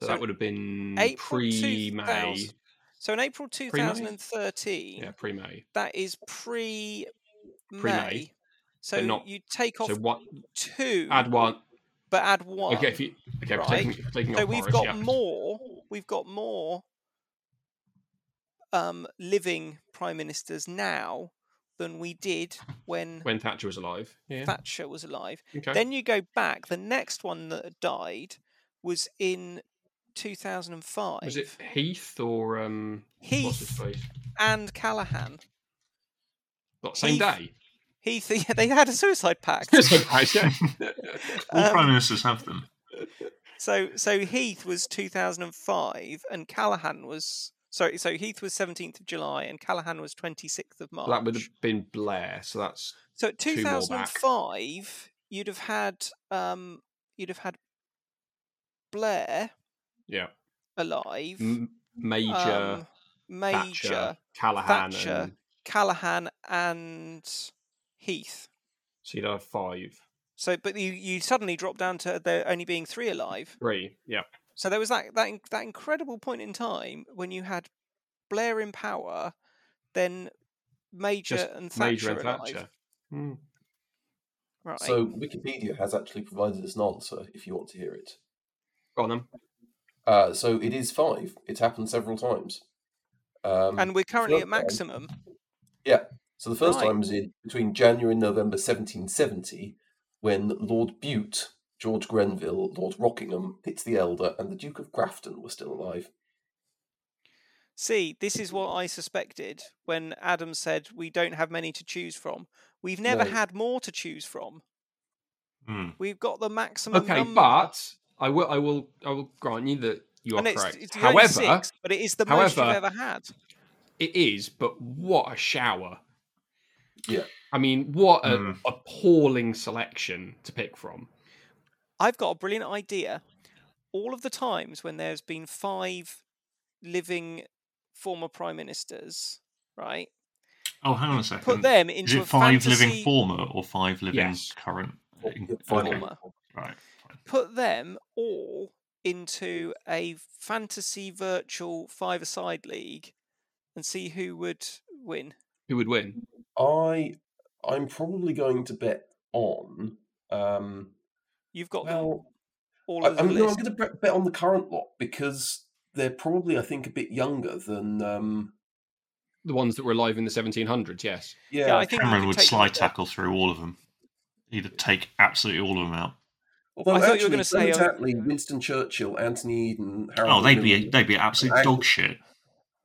Speaker 1: So, that would have been
Speaker 3: April
Speaker 1: pre May.
Speaker 3: 2000 So in April 2013,
Speaker 1: Yeah, pre May.
Speaker 3: that is pre
Speaker 1: Pre-May,
Speaker 3: May. So
Speaker 1: but not-
Speaker 3: you take off
Speaker 1: So what?
Speaker 3: two,
Speaker 1: Add one.
Speaker 3: but add one.
Speaker 1: Okay, if you, okay,
Speaker 3: Right.
Speaker 1: we're taking, we're taking
Speaker 3: so
Speaker 1: off
Speaker 3: we've
Speaker 1: Morris,
Speaker 3: got
Speaker 1: yeah.
Speaker 3: more. We've got more um, living prime ministers now than we did when,
Speaker 1: when Thatcher was alive. Yeah.
Speaker 3: Thatcher was alive.
Speaker 1: okay.
Speaker 3: Then you go back. The next one that died was in 2005.
Speaker 1: was it Heath or um? What's his
Speaker 3: Heath
Speaker 1: face?
Speaker 3: and Callahan?
Speaker 1: What, same
Speaker 3: Heath.
Speaker 1: day.
Speaker 3: Heath, yeah, they had a suicide pact.
Speaker 1: Same place, yeah.
Speaker 2: All
Speaker 3: Um,
Speaker 2: prime ministers have them.
Speaker 3: So so Heath was 2005 and Callahan was sorry so Heath was 17th of July and Callahan was 26th of March.
Speaker 1: Well, that would have been Blair. So that's
Speaker 3: so at
Speaker 1: two more back.
Speaker 3: 2005 you'd have had um you'd have had Blair
Speaker 1: yeah.
Speaker 3: alive
Speaker 1: M- major
Speaker 3: um, Major
Speaker 1: Thatcher, Callahan,
Speaker 3: Thatcher.
Speaker 1: and
Speaker 3: Callahan and Heath.
Speaker 1: so you'd have five,
Speaker 3: So but you you suddenly drop down to there only being three alive.
Speaker 1: three. Yeah.
Speaker 3: So there was that that in- that incredible point in time when you had Blair in power, then Major
Speaker 1: Just
Speaker 3: and Thatcher
Speaker 1: major and
Speaker 3: alive.
Speaker 1: Thatcher. Hmm.
Speaker 3: Right.
Speaker 4: So Wikipedia has actually provided us an answer if you want to hear it.
Speaker 1: Go on then.
Speaker 4: Uh, so it is five. It's happened several times. Um,
Speaker 3: and we're currently
Speaker 4: first
Speaker 3: at
Speaker 4: time-
Speaker 3: maximum.
Speaker 4: so the first
Speaker 3: Right.
Speaker 4: time was in between January and November 1770, when Lord Bute, George Grenville, Lord Rockingham, Pitt the Elder, and the Duke of Grafton were still alive.
Speaker 3: See, this is what I suspected when Adam said we don't have many to choose from. We've never
Speaker 4: No.
Speaker 3: had more to choose from.
Speaker 2: Hmm.
Speaker 3: We've got the maximum.
Speaker 1: Okay,
Speaker 3: number,
Speaker 1: but I will, I will, I will grant you that you are
Speaker 3: and it's,
Speaker 1: correct.
Speaker 3: it's the only
Speaker 1: however,
Speaker 3: six, but it is the most you've
Speaker 1: however-
Speaker 3: ever had.
Speaker 1: it is. But what a shower!
Speaker 4: Yeah.
Speaker 1: I mean, what an
Speaker 2: Mm.
Speaker 1: appalling selection to pick from.
Speaker 3: I've got a brilliant idea. All of the times when there's been five living former prime ministers, right?
Speaker 2: Oh, hang on a second.
Speaker 1: Hmm.
Speaker 3: Put them into
Speaker 2: Is
Speaker 3: a
Speaker 2: it five
Speaker 3: fantasy
Speaker 2: living former or five living
Speaker 1: Yes.
Speaker 2: current?
Speaker 4: Finally.
Speaker 3: former.
Speaker 2: Right.
Speaker 3: Put them all into a fantasy virtual five-a-side league, and see who would win.
Speaker 1: Who would win?
Speaker 4: I I'm probably going to bet on um
Speaker 3: You've got them
Speaker 4: well
Speaker 3: all
Speaker 4: I,
Speaker 3: over
Speaker 4: I'm,
Speaker 3: the
Speaker 4: no, I'm
Speaker 3: list.
Speaker 4: going to bet on the current lot because they're probably I think a bit younger than um
Speaker 1: The ones that were alive in the 1700s. Yes.
Speaker 4: yeah,
Speaker 3: Yeah, I think you
Speaker 2: Cameron
Speaker 3: could
Speaker 2: would
Speaker 3: take them
Speaker 2: slide
Speaker 3: all.
Speaker 2: tackle through all of them. He'd take absolutely all of them out.
Speaker 4: although
Speaker 3: I thought you were
Speaker 4: actually,
Speaker 3: gonna say,
Speaker 4: Clement
Speaker 3: um,
Speaker 4: Attlee, Winston Churchill, Anthony Eden, Harold
Speaker 2: Oh, they'd
Speaker 4: Wilson,
Speaker 2: be they'd be absolute
Speaker 4: Right.
Speaker 2: dog shit.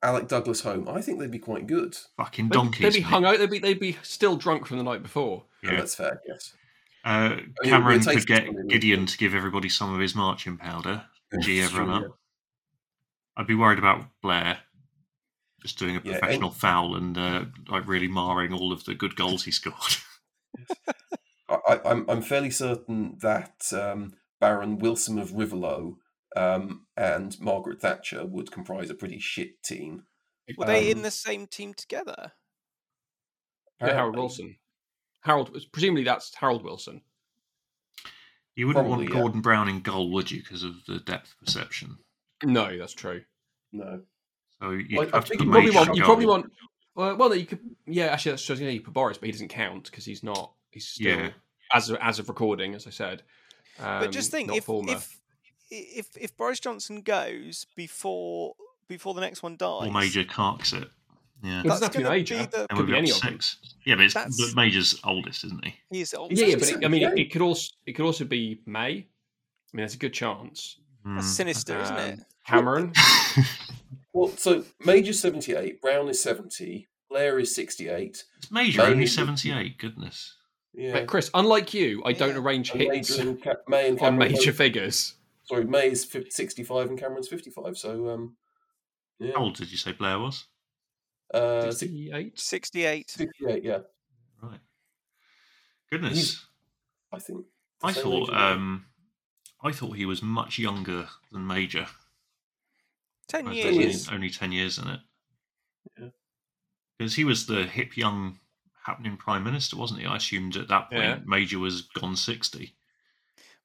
Speaker 4: Alec Douglas Home. I think they'd be quite good.
Speaker 2: Fucking
Speaker 1: They'd-
Speaker 2: donkeys.
Speaker 1: They'd be
Speaker 2: mate.
Speaker 1: hung out. They'd be, they'd be still drunk from the night before.
Speaker 4: Yeah.
Speaker 2: Yeah.
Speaker 4: that's fair. Yes.
Speaker 2: Uh,
Speaker 3: Oh,
Speaker 4: we're
Speaker 2: Cameron
Speaker 4: tasting
Speaker 2: could get
Speaker 4: something.
Speaker 2: Gideon to give everybody some of his marching powder. Gee,
Speaker 4: That's true,
Speaker 2: everyone up. I'd be worried about Blair just doing a
Speaker 4: Yeah, and-
Speaker 2: professional foul and uh, like really marring all of the good goals he scored.
Speaker 4: yeah. I, I, I'm I'm fairly certain that um, Baron Wilson of Rivolo um, and Margaret Thatcher would comprise a pretty shit team.
Speaker 3: Were they in
Speaker 4: Um,
Speaker 3: the same team together?
Speaker 1: Yeah, Harold
Speaker 4: Apparently.
Speaker 1: Wilson. Harold. Presumably that's Harold Wilson.
Speaker 2: you wouldn't
Speaker 4: Probably,
Speaker 2: want
Speaker 4: yeah.
Speaker 2: Gordon Brown in goal, would you? Because of the depth perception.
Speaker 1: No, that's true.
Speaker 4: No.
Speaker 2: So you'd
Speaker 4: Like, I
Speaker 2: have to
Speaker 4: think
Speaker 2: put
Speaker 1: You probably
Speaker 2: Major
Speaker 1: want.
Speaker 2: in
Speaker 1: You probably
Speaker 2: goal.
Speaker 1: want. Well, well, you could. Yeah, actually, that's just, yeah, you put Boris, but he doesn't count because he's not. He's still
Speaker 2: Yeah.
Speaker 1: as of, as of recording, as I said. Um,
Speaker 3: But just think
Speaker 1: not
Speaker 3: if,
Speaker 1: former.
Speaker 3: if if if Boris Johnson goes before before the next one dies,
Speaker 2: or Major carks it. Yeah.
Speaker 1: It doesn't have
Speaker 3: that's
Speaker 1: to be an
Speaker 3: gonna
Speaker 1: ager.
Speaker 3: be the-
Speaker 1: It could be
Speaker 2: up
Speaker 1: any
Speaker 2: to
Speaker 1: of them.
Speaker 2: six. Yeah, but, it's,
Speaker 3: That's-
Speaker 2: but Major's oldest, isn't he?
Speaker 3: he's old.
Speaker 1: Yeah, yeah, but it, I mean, it,
Speaker 4: Yeah.
Speaker 1: it could also it could also be May. I mean, there's a good chance.
Speaker 2: Hmm.
Speaker 3: That's sinister, isn't
Speaker 1: Um,
Speaker 3: it?
Speaker 1: Cameron,
Speaker 4: Well, so Major's 78, Brown is 70, Blair is 68.
Speaker 2: It's Major, only
Speaker 4: Major.
Speaker 2: 78. Goodness.
Speaker 4: Yeah.
Speaker 1: but Chris, unlike you, I don't
Speaker 3: Yeah.
Speaker 1: arrange
Speaker 4: And
Speaker 1: hits
Speaker 4: Major and Ca- May and
Speaker 1: on
Speaker 4: Cameron
Speaker 1: major
Speaker 4: both-
Speaker 1: figures.
Speaker 4: sorry, May is 50, 65 and Cameron's 55. So, um, yeah.
Speaker 2: How old did you say Blair was?
Speaker 1: Oh.
Speaker 4: Uh, six-
Speaker 1: Sixty-eight.
Speaker 3: Sixty-eight.
Speaker 4: 68, yeah.
Speaker 2: Right. Goodness.
Speaker 4: He's- I think. the
Speaker 2: I
Speaker 4: same
Speaker 2: thought
Speaker 4: age,
Speaker 2: um, I thought he was much younger than Major.
Speaker 3: Ten
Speaker 2: Whereas
Speaker 3: years.
Speaker 2: there's
Speaker 4: years.
Speaker 2: Only, only ten years in it.
Speaker 4: Yeah.
Speaker 2: Because he was the hip young happening prime minister, wasn't he? I assumed at that point
Speaker 1: Yeah.
Speaker 2: Major was gone sixty.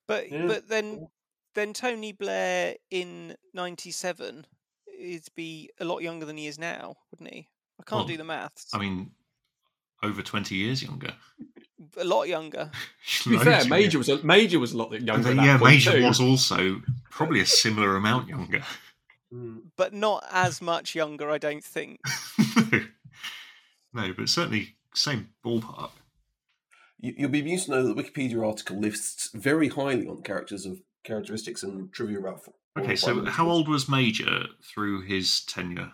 Speaker 3: But
Speaker 4: Yeah.
Speaker 3: but then then Tony Blair in '97 is be a lot younger than he is now, wouldn't he? I can't
Speaker 2: Well,
Speaker 3: do the maths.
Speaker 2: I mean, over twenty years younger.
Speaker 3: a lot younger.
Speaker 1: To be fair, Major was a, Major was a lot younger. at that
Speaker 2: yeah,
Speaker 1: point
Speaker 2: Major
Speaker 1: too.
Speaker 2: was also probably a similar amount younger.
Speaker 4: hmm.
Speaker 3: but not as much younger, I don't think.
Speaker 2: no, but certainly same ballpark.
Speaker 4: You, you'll be amused to know that the Wikipedia article lists very highly on characters of characteristics and trivia about. foreign
Speaker 2: Okay, so
Speaker 4: prime
Speaker 2: how
Speaker 4: ministers.
Speaker 2: old was Major through his tenure?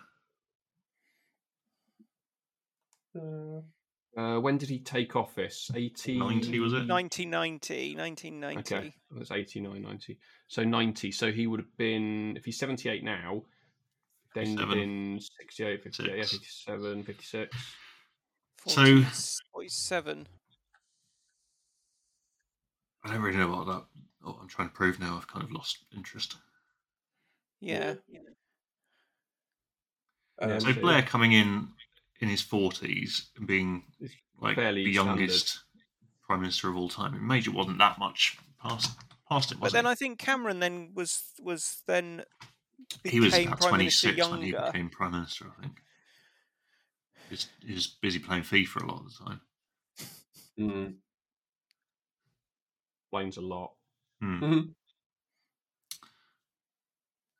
Speaker 1: Uh, when did he take office? 18...
Speaker 2: 90, was it?
Speaker 3: 1990, 1990.
Speaker 1: Okay, that's 89, 90. So 90. So he would have been, if he's 78 now, then he'd have
Speaker 2: 57.
Speaker 1: been 68, 58, yeah,
Speaker 2: Six.
Speaker 1: 57, 56.
Speaker 2: So-
Speaker 3: 40, 47.
Speaker 2: I don't really know what that. Oh, I'm trying to prove now. I've kind of lost interest.
Speaker 3: Yeah.
Speaker 1: Yeah.
Speaker 4: Um,
Speaker 2: So
Speaker 1: Okay.
Speaker 2: Blair coming in in his 40s and being
Speaker 1: It's
Speaker 2: like
Speaker 1: fairly
Speaker 2: the youngest prime minister of all time. Major wasn't that much past past it,
Speaker 3: But
Speaker 2: was
Speaker 3: then
Speaker 2: it?
Speaker 3: I think Cameron then was was then became
Speaker 2: he was about
Speaker 3: prime minister
Speaker 2: 26 when he
Speaker 3: younger.
Speaker 2: became prime minister. I think. He was, he was busy playing FIFA a lot of the time.
Speaker 4: mm,
Speaker 1: explains a lot.
Speaker 2: Hmm.
Speaker 3: Mm-hmm.
Speaker 4: mhm.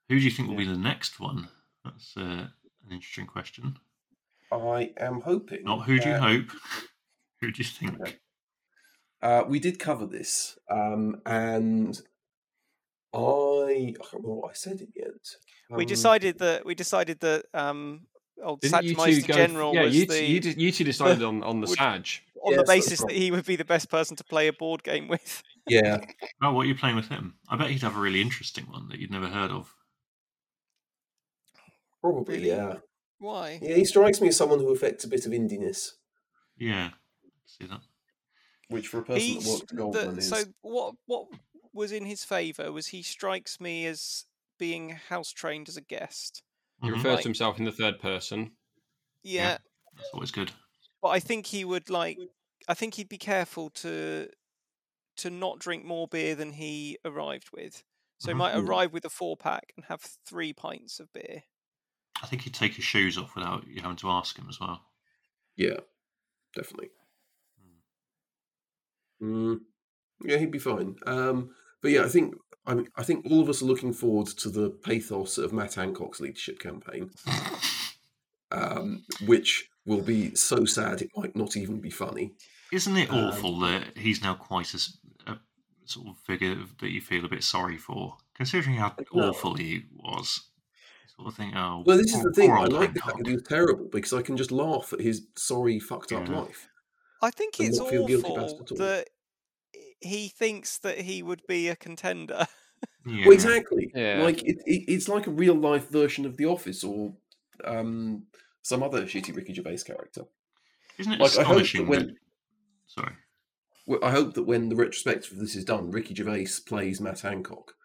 Speaker 2: Who do you think will be the next one? That's uh, an interesting question.
Speaker 4: I am hoping.
Speaker 2: Not who do you
Speaker 3: Uh,
Speaker 4: that-
Speaker 2: hope? Who do you think?
Speaker 4: Okay. Uh, we did cover this, um, and I, I can't remember what I said in the end.
Speaker 3: we
Speaker 4: Um,
Speaker 3: decided that we decided that um old
Speaker 1: Didn't you
Speaker 3: Satchmeister
Speaker 1: two go?
Speaker 3: General
Speaker 1: yeah,
Speaker 3: was
Speaker 1: you, t-
Speaker 3: the
Speaker 1: you, d- you two decided on, on the
Speaker 3: Would-
Speaker 1: Saj.
Speaker 3: on
Speaker 4: Yes,
Speaker 3: the
Speaker 4: that's
Speaker 3: basis that
Speaker 4: right.
Speaker 3: he would be the best person to play a board game with.
Speaker 4: Yeah,
Speaker 2: Oh, what are you playing with him? I bet he'd have a really interesting one that you'd never heard of.
Speaker 4: probably.
Speaker 3: Really?
Speaker 4: Yeah,
Speaker 3: Why?
Speaker 4: yeah. He strikes me as someone who affects a bit of indiness,
Speaker 2: Yeah, see that.
Speaker 4: which for a person
Speaker 3: He's
Speaker 4: oh, that works at
Speaker 3: the-
Speaker 4: Goldman is.
Speaker 3: so what what was in his favour was he strikes me as being house trained as a guest.
Speaker 1: He
Speaker 2: Mhm.
Speaker 1: refers
Speaker 3: Right.
Speaker 1: to himself in the third person.
Speaker 3: yeah.
Speaker 2: That's always good.
Speaker 3: but I think he would like. I think he'd be careful to to not drink more beer than he arrived with. So he
Speaker 2: Mhm.
Speaker 3: might
Speaker 4: Mm.
Speaker 3: arrive with a four pack and have three pints of beer.
Speaker 2: I think he'd take his shoes off without you having to ask him as well.
Speaker 4: Yeah, definitely.
Speaker 2: Hmm.
Speaker 4: Mm. Yeah, he'd be fine. Um, but yeah, I think I mean, I think all of us are looking forward to the pathos of Matt Hancock's leadership campaign, um, which will be so sad it might not even be funny.
Speaker 2: Isn't it
Speaker 4: Um,
Speaker 2: awful that he's now quite a, s- a sort of figure that you feel a bit sorry for, considering how
Speaker 4: No.
Speaker 2: awful he was? Sort of thing. Oh,
Speaker 4: Well, this is
Speaker 2: poor-
Speaker 4: the thing.
Speaker 2: poor
Speaker 4: I
Speaker 2: old
Speaker 4: like the fact
Speaker 2: Hancock.
Speaker 4: that he was terrible because I can just laugh at his sorry, fucked up
Speaker 2: Yeah.
Speaker 4: life.
Speaker 3: I think
Speaker 4: And
Speaker 3: it's
Speaker 4: not feel guilty about it
Speaker 3: awful
Speaker 4: at all.
Speaker 3: that i- he thinks that he would be a contender.
Speaker 2: Yeah.
Speaker 4: Well, exactly.
Speaker 1: Yeah.
Speaker 4: Like it, it, it's like a real life version of The Office or um, some other shitty Ricky Gervais character.
Speaker 2: Isn't it
Speaker 4: Like I hope
Speaker 2: astonishing
Speaker 4: that
Speaker 2: that
Speaker 4: when
Speaker 2: Sorry.
Speaker 4: Well, I hope that when the retrospective of this is done, Ricky Gervais plays Matt Hancock.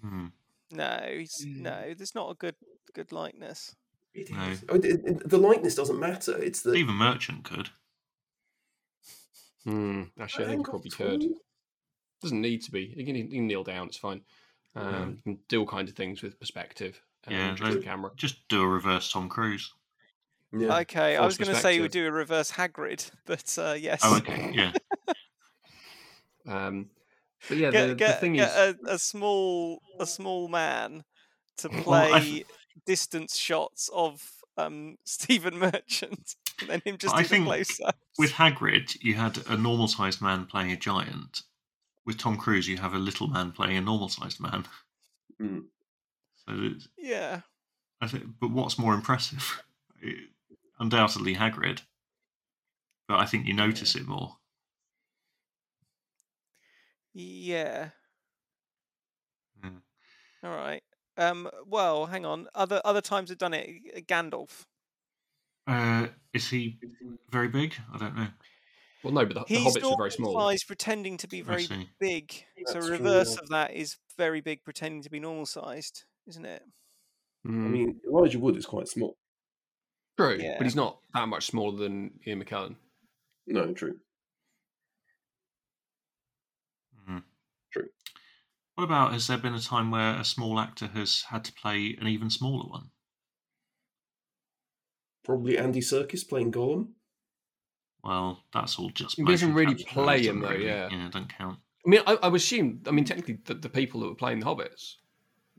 Speaker 2: Hmm.
Speaker 3: No, he's,
Speaker 4: Mm.
Speaker 3: no, there's not a good good likeness.
Speaker 4: It
Speaker 2: No.
Speaker 4: is- I mean, Oh, it- it- the likeness doesn't matter. It's the
Speaker 2: Stephen Merchant could.
Speaker 1: Hmm. Actually, I think he probably
Speaker 4: Hancock's
Speaker 1: could.
Speaker 4: cool.
Speaker 1: Doesn't need to be. He can, he can kneel down. It's fine. Um, you can do all kinds of things with perspective. Um,
Speaker 2: Yeah,
Speaker 1: just the
Speaker 2: they-
Speaker 1: camera.
Speaker 2: Just do a reverse Tom Cruise.
Speaker 4: Yeah.
Speaker 3: Okay, I was
Speaker 1: False
Speaker 3: going to say we
Speaker 1: perspective.
Speaker 3: do a reverse Hagrid, but uh, yes,
Speaker 2: Oh, okay. Yeah.
Speaker 1: Um, but yeah,
Speaker 3: get,
Speaker 1: the,
Speaker 3: get,
Speaker 1: the thing
Speaker 3: get
Speaker 1: is,
Speaker 3: a, a small a small man to
Speaker 2: Well, I-
Speaker 3: play distance shots of um, Stephen Merchant, and then him just
Speaker 2: I
Speaker 3: in the
Speaker 2: think
Speaker 3: close
Speaker 2: With Hagrid, you had a normal sized man playing a giant. With Tom Cruise, you have a little man playing a normal sized man.
Speaker 4: Mm.
Speaker 2: So, it's,
Speaker 3: Yeah,
Speaker 2: I think, but what's more impressive? It- undoubtedly Hagrid. But I think you notice it more.
Speaker 3: yeah.
Speaker 1: Hmm.
Speaker 2: Mm.
Speaker 3: All right. Um, well, hang on. Other other times have done it. uh, Gandalf.
Speaker 2: Uh, is he very big? I don't know.
Speaker 1: well, no, but the, the
Speaker 3: He's
Speaker 1: hobbits are very small.
Speaker 3: size, pretending to be
Speaker 2: I
Speaker 3: very
Speaker 2: see.
Speaker 3: big.
Speaker 4: That's
Speaker 3: so
Speaker 4: true,
Speaker 3: reverse
Speaker 4: yeah.
Speaker 3: of that is very big, pretending to be normal sized, isn't it?
Speaker 4: I
Speaker 1: Mm,
Speaker 4: mean, Elijah Wood is quite small.
Speaker 1: true,
Speaker 3: yeah.
Speaker 1: but he's not that much smaller than Ian McKellen.
Speaker 4: No, true.
Speaker 2: Mhm.
Speaker 4: True.
Speaker 2: What about has there been a time where a small actor has had to play an even smaller one?
Speaker 4: Probably Andy Circus playing Gollum.
Speaker 2: Well, that's all just.
Speaker 1: He doesn't
Speaker 2: motion
Speaker 1: really
Speaker 2: capture,
Speaker 1: play
Speaker 2: doesn't
Speaker 1: him, though,
Speaker 2: really-
Speaker 1: yeah.
Speaker 2: yeah, don't count.
Speaker 1: I mean, I, I would assume. I mean, technically, the, the people that were playing the hobbits.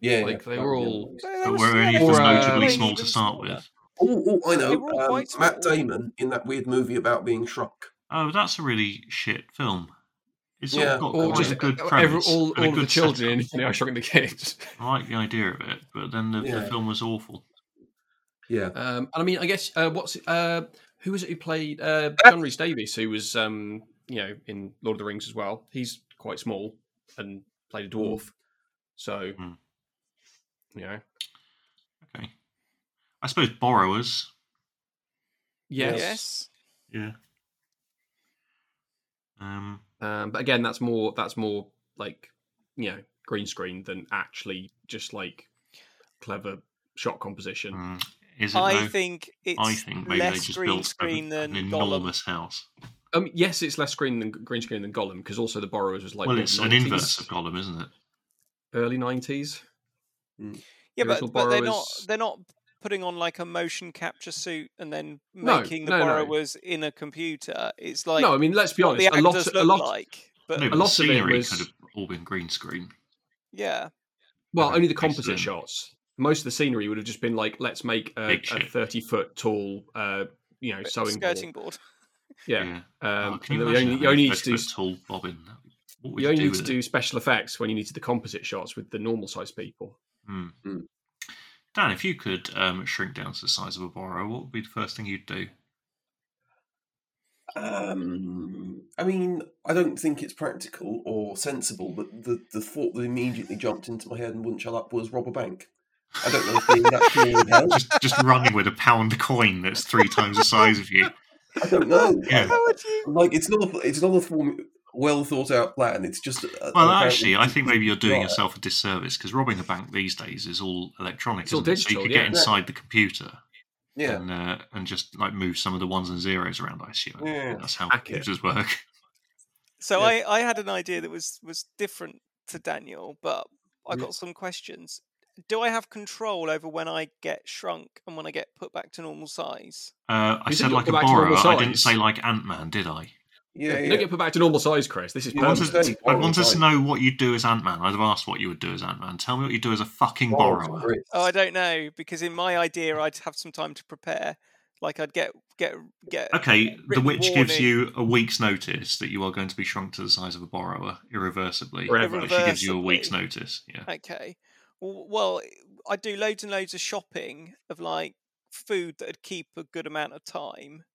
Speaker 4: Yeah,
Speaker 1: Like,
Speaker 4: yeah,
Speaker 1: they
Speaker 4: that
Speaker 1: were
Speaker 4: would be
Speaker 1: all-
Speaker 4: nice.
Speaker 3: There- there
Speaker 2: But
Speaker 3: was-
Speaker 2: were
Speaker 3: yeah,
Speaker 2: any of
Speaker 3: there
Speaker 1: was
Speaker 2: them
Speaker 3: was
Speaker 1: Or, uh,
Speaker 2: notably
Speaker 3: playing
Speaker 2: small to
Speaker 3: even
Speaker 2: start
Speaker 3: smaller.
Speaker 2: with?
Speaker 4: Oh, oh, I
Speaker 3: They
Speaker 4: know.
Speaker 3: were all
Speaker 4: Um,
Speaker 3: quite
Speaker 4: Matt
Speaker 3: small.
Speaker 4: Damon in that weird movie about being shrunk.
Speaker 2: Oh, that's a really shit film. It's sort
Speaker 4: Yeah.
Speaker 2: of got
Speaker 1: Or
Speaker 2: quite
Speaker 1: just e-,
Speaker 2: a good
Speaker 1: every-
Speaker 2: premise,
Speaker 1: all,
Speaker 2: and a
Speaker 1: all of the
Speaker 2: good
Speaker 1: children
Speaker 2: setup.
Speaker 1: in you know, shocking the kids.
Speaker 2: I like the idea of it, but then the, the
Speaker 4: Yeah.
Speaker 2: film was awful.
Speaker 4: Yeah.
Speaker 1: Um, and I mean, I guess uh, what's uh, who was it who played uh, John Rhys Davies, who was um, you know in Lord of the Rings as well. He's quite small and played a dwarf, so
Speaker 2: Hmm.
Speaker 1: you know,
Speaker 2: Okay, I suppose borrowers.
Speaker 1: yes.
Speaker 3: Yes.
Speaker 2: Yeah. Um.
Speaker 1: Um, but again, that's more that's more like you know green screen than actually just like clever shot composition.
Speaker 2: mm, Is it?
Speaker 3: I
Speaker 2: though?
Speaker 3: think it's
Speaker 2: I think maybe they
Speaker 3: less
Speaker 2: just
Speaker 3: green
Speaker 2: built
Speaker 3: screen
Speaker 2: an,
Speaker 3: than
Speaker 2: an
Speaker 3: Gollum.
Speaker 2: enormous house.
Speaker 1: Um, yes, it's less screen than green screen than Gollum because also the Borrowers was like
Speaker 2: well,
Speaker 1: what,
Speaker 2: it's an
Speaker 1: 90s?
Speaker 2: inverse of Gollum, isn't it?
Speaker 1: early nineties.
Speaker 3: Yeah, but,
Speaker 1: original
Speaker 3: but they're not
Speaker 1: borrowers.
Speaker 3: they're not putting on like a motion capture suit and then
Speaker 1: No,
Speaker 3: making
Speaker 1: no,
Speaker 3: the
Speaker 1: no.
Speaker 3: borrowers in a computer. It's like
Speaker 1: no, I mean let's be
Speaker 3: what
Speaker 1: honest. A
Speaker 3: the
Speaker 1: lot,
Speaker 3: actors
Speaker 1: a
Speaker 3: look
Speaker 1: lot.
Speaker 3: like. But
Speaker 2: no, but
Speaker 1: lot
Speaker 2: the
Speaker 1: of it
Speaker 2: scenery
Speaker 1: was-
Speaker 2: could have all been green screen.
Speaker 3: yeah,
Speaker 1: Well,
Speaker 2: Okay,
Speaker 1: only the
Speaker 2: thanks for
Speaker 1: composite
Speaker 2: that.
Speaker 1: shots. Most of the scenery would have just been like, let's make a,
Speaker 2: Big
Speaker 1: a
Speaker 2: shit.
Speaker 1: thirty foot tall, uh, you know, sewing
Speaker 3: skirting
Speaker 1: board.
Speaker 3: board.
Speaker 1: Yeah.
Speaker 2: Oh,
Speaker 1: Um,
Speaker 2: can you
Speaker 1: and then you
Speaker 2: imagine
Speaker 1: only,
Speaker 2: that
Speaker 1: you only need
Speaker 2: with
Speaker 1: to do
Speaker 2: Fetch Tall Bobbin? What would
Speaker 1: you only
Speaker 2: do
Speaker 1: need to
Speaker 2: with
Speaker 1: do
Speaker 2: it?
Speaker 1: special effects when you need to the composite shots with the normal size people.
Speaker 2: Hmm.
Speaker 4: Mm.
Speaker 2: Dan, if you could um, shrink down to the size of a borrower, what would be the first thing you'd do?
Speaker 4: Um, I mean, I don't think it's practical or sensible, but the, the thought that immediately jumped into my head and wouldn't shut up was rob a bank. I don't know if being that small would help.
Speaker 2: Just, just run with a pound coin that's three times the size of you.
Speaker 4: I don't know.
Speaker 2: Yeah.
Speaker 3: How would you?
Speaker 4: Like it's not a, it's not a form, well thought out plan. It's just a-
Speaker 2: Well,
Speaker 4: apparently-
Speaker 2: actually, I think maybe you're doing
Speaker 4: Right.
Speaker 2: yourself a disservice because robbing a bank these days is all electronic,
Speaker 1: It's all
Speaker 2: isn't it? so
Speaker 1: digital,
Speaker 2: you could
Speaker 1: yeah.
Speaker 2: get inside the computer
Speaker 4: yeah.
Speaker 2: and uh, and just like move some of the ones and zeros around. I assume
Speaker 4: Yeah.
Speaker 2: that's how
Speaker 1: Hack it.
Speaker 2: computers work.
Speaker 3: So
Speaker 4: Yeah.
Speaker 3: I I had an idea that was was different to Daniel, but I
Speaker 4: Mhm.
Speaker 3: got some questions. Do I have control over when I get shrunk and when I get put back to normal size?
Speaker 2: Uh, I
Speaker 1: You said
Speaker 2: said
Speaker 1: you'll
Speaker 2: like a
Speaker 1: go back to normal
Speaker 2: borrower. I didn't
Speaker 1: size.
Speaker 2: say like Ant Man, did I?
Speaker 4: Yeah,
Speaker 1: Don't
Speaker 4: yeah.
Speaker 1: get put back to normal size, Chris. This is
Speaker 4: You
Speaker 2: I
Speaker 4: want
Speaker 1: perfect.
Speaker 4: to
Speaker 2: wanted,
Speaker 4: say
Speaker 2: I
Speaker 4: borrower,
Speaker 2: wanted to
Speaker 4: right?
Speaker 2: know what you'd do as Ant Man. I'd have asked what you would do as Ant Man. Tell me what you do as a fucking borrower.
Speaker 4: Great.
Speaker 3: Oh, I don't know because in my idea, I'd have some time to prepare. Like I'd get get get.
Speaker 2: Okay, the
Speaker 3: Written
Speaker 2: witch gives
Speaker 3: warning.
Speaker 2: you a week's notice that you are going to be shrunk to the size of a borrower irreversibly.
Speaker 1: Forever.
Speaker 2: But she gives you a week's notice. Yeah.
Speaker 3: Okay. W- Well, eh, I do loads and loads of shopping of like food that'd keep a good amount of time.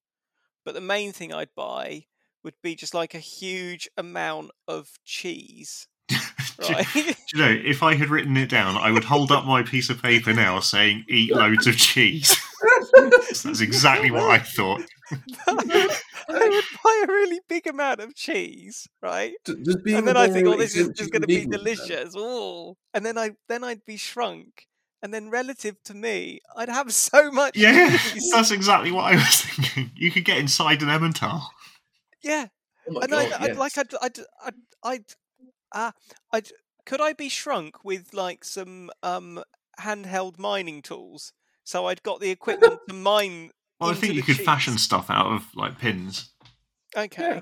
Speaker 3: But the main thing I'd buy would be just like a huge amount of cheese,
Speaker 2: Do you-
Speaker 3: right?
Speaker 2: Do you know, if I had written it down, I would hold up my piece of paper now saying, eat loads of cheese. That's exactly what I thought.
Speaker 3: I would buy a really big amount of cheese, right?
Speaker 4: D- Does being
Speaker 3: and
Speaker 4: a
Speaker 3: then I think,
Speaker 4: borrower
Speaker 3: oh, this is
Speaker 4: exempt you
Speaker 3: just
Speaker 4: from
Speaker 3: going to be
Speaker 4: being exempt?
Speaker 3: delicious. Oh, and then I then I'd be shrunk, and then relative to me, I'd have so much.
Speaker 2: Yeah,
Speaker 3: cheese.
Speaker 2: that's exactly what I was thinking. You could get inside an Emmental.
Speaker 3: yeah.
Speaker 4: Oh my
Speaker 3: And
Speaker 4: God,
Speaker 3: I'd, I'd
Speaker 4: yes.
Speaker 3: like I'd I'd I'd, I'd ah I'd could I be shrunk with like some um handheld mining tools? So I'd got the equipment to mine.
Speaker 2: Well, I
Speaker 3: into
Speaker 2: think
Speaker 3: the
Speaker 2: you could
Speaker 3: cheese.
Speaker 2: fashion stuff out of like pins.
Speaker 3: Okay.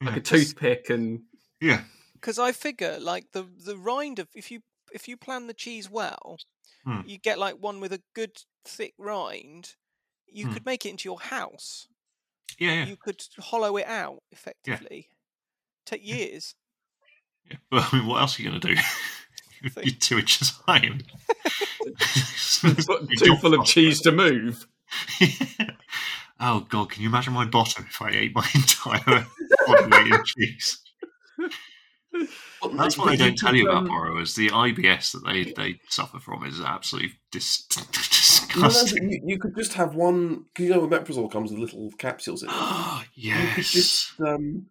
Speaker 1: Like a
Speaker 2: Yeah.
Speaker 1: toothpick and
Speaker 2: Yeah.
Speaker 3: because I figure like the the rind of if you if you plan the cheese well,
Speaker 2: Hmm.
Speaker 3: you get like one with a good thick rind. You
Speaker 2: Hmm.
Speaker 3: could make it into your house.
Speaker 2: Yeah, yeah.
Speaker 3: You could hollow it out effectively. Take years.
Speaker 2: Yeah. Well, I mean, what else are you going to do? You're two inches high.
Speaker 1: but too full of cheese to move.
Speaker 2: oh god, can you imagine my bottom if I ate my entire body weight in cheese?
Speaker 4: Well,
Speaker 2: That's
Speaker 4: but
Speaker 2: what they don't
Speaker 4: could,
Speaker 2: tell you about
Speaker 4: um,
Speaker 2: borrowers. The IBS that they, they suffer from is absolutely dis-
Speaker 4: No, no, but
Speaker 2: disgusting.
Speaker 4: you, you could just have one. 'cause You know, when Metrazol comes with little capsules in it. You could
Speaker 2: yes.
Speaker 4: just um,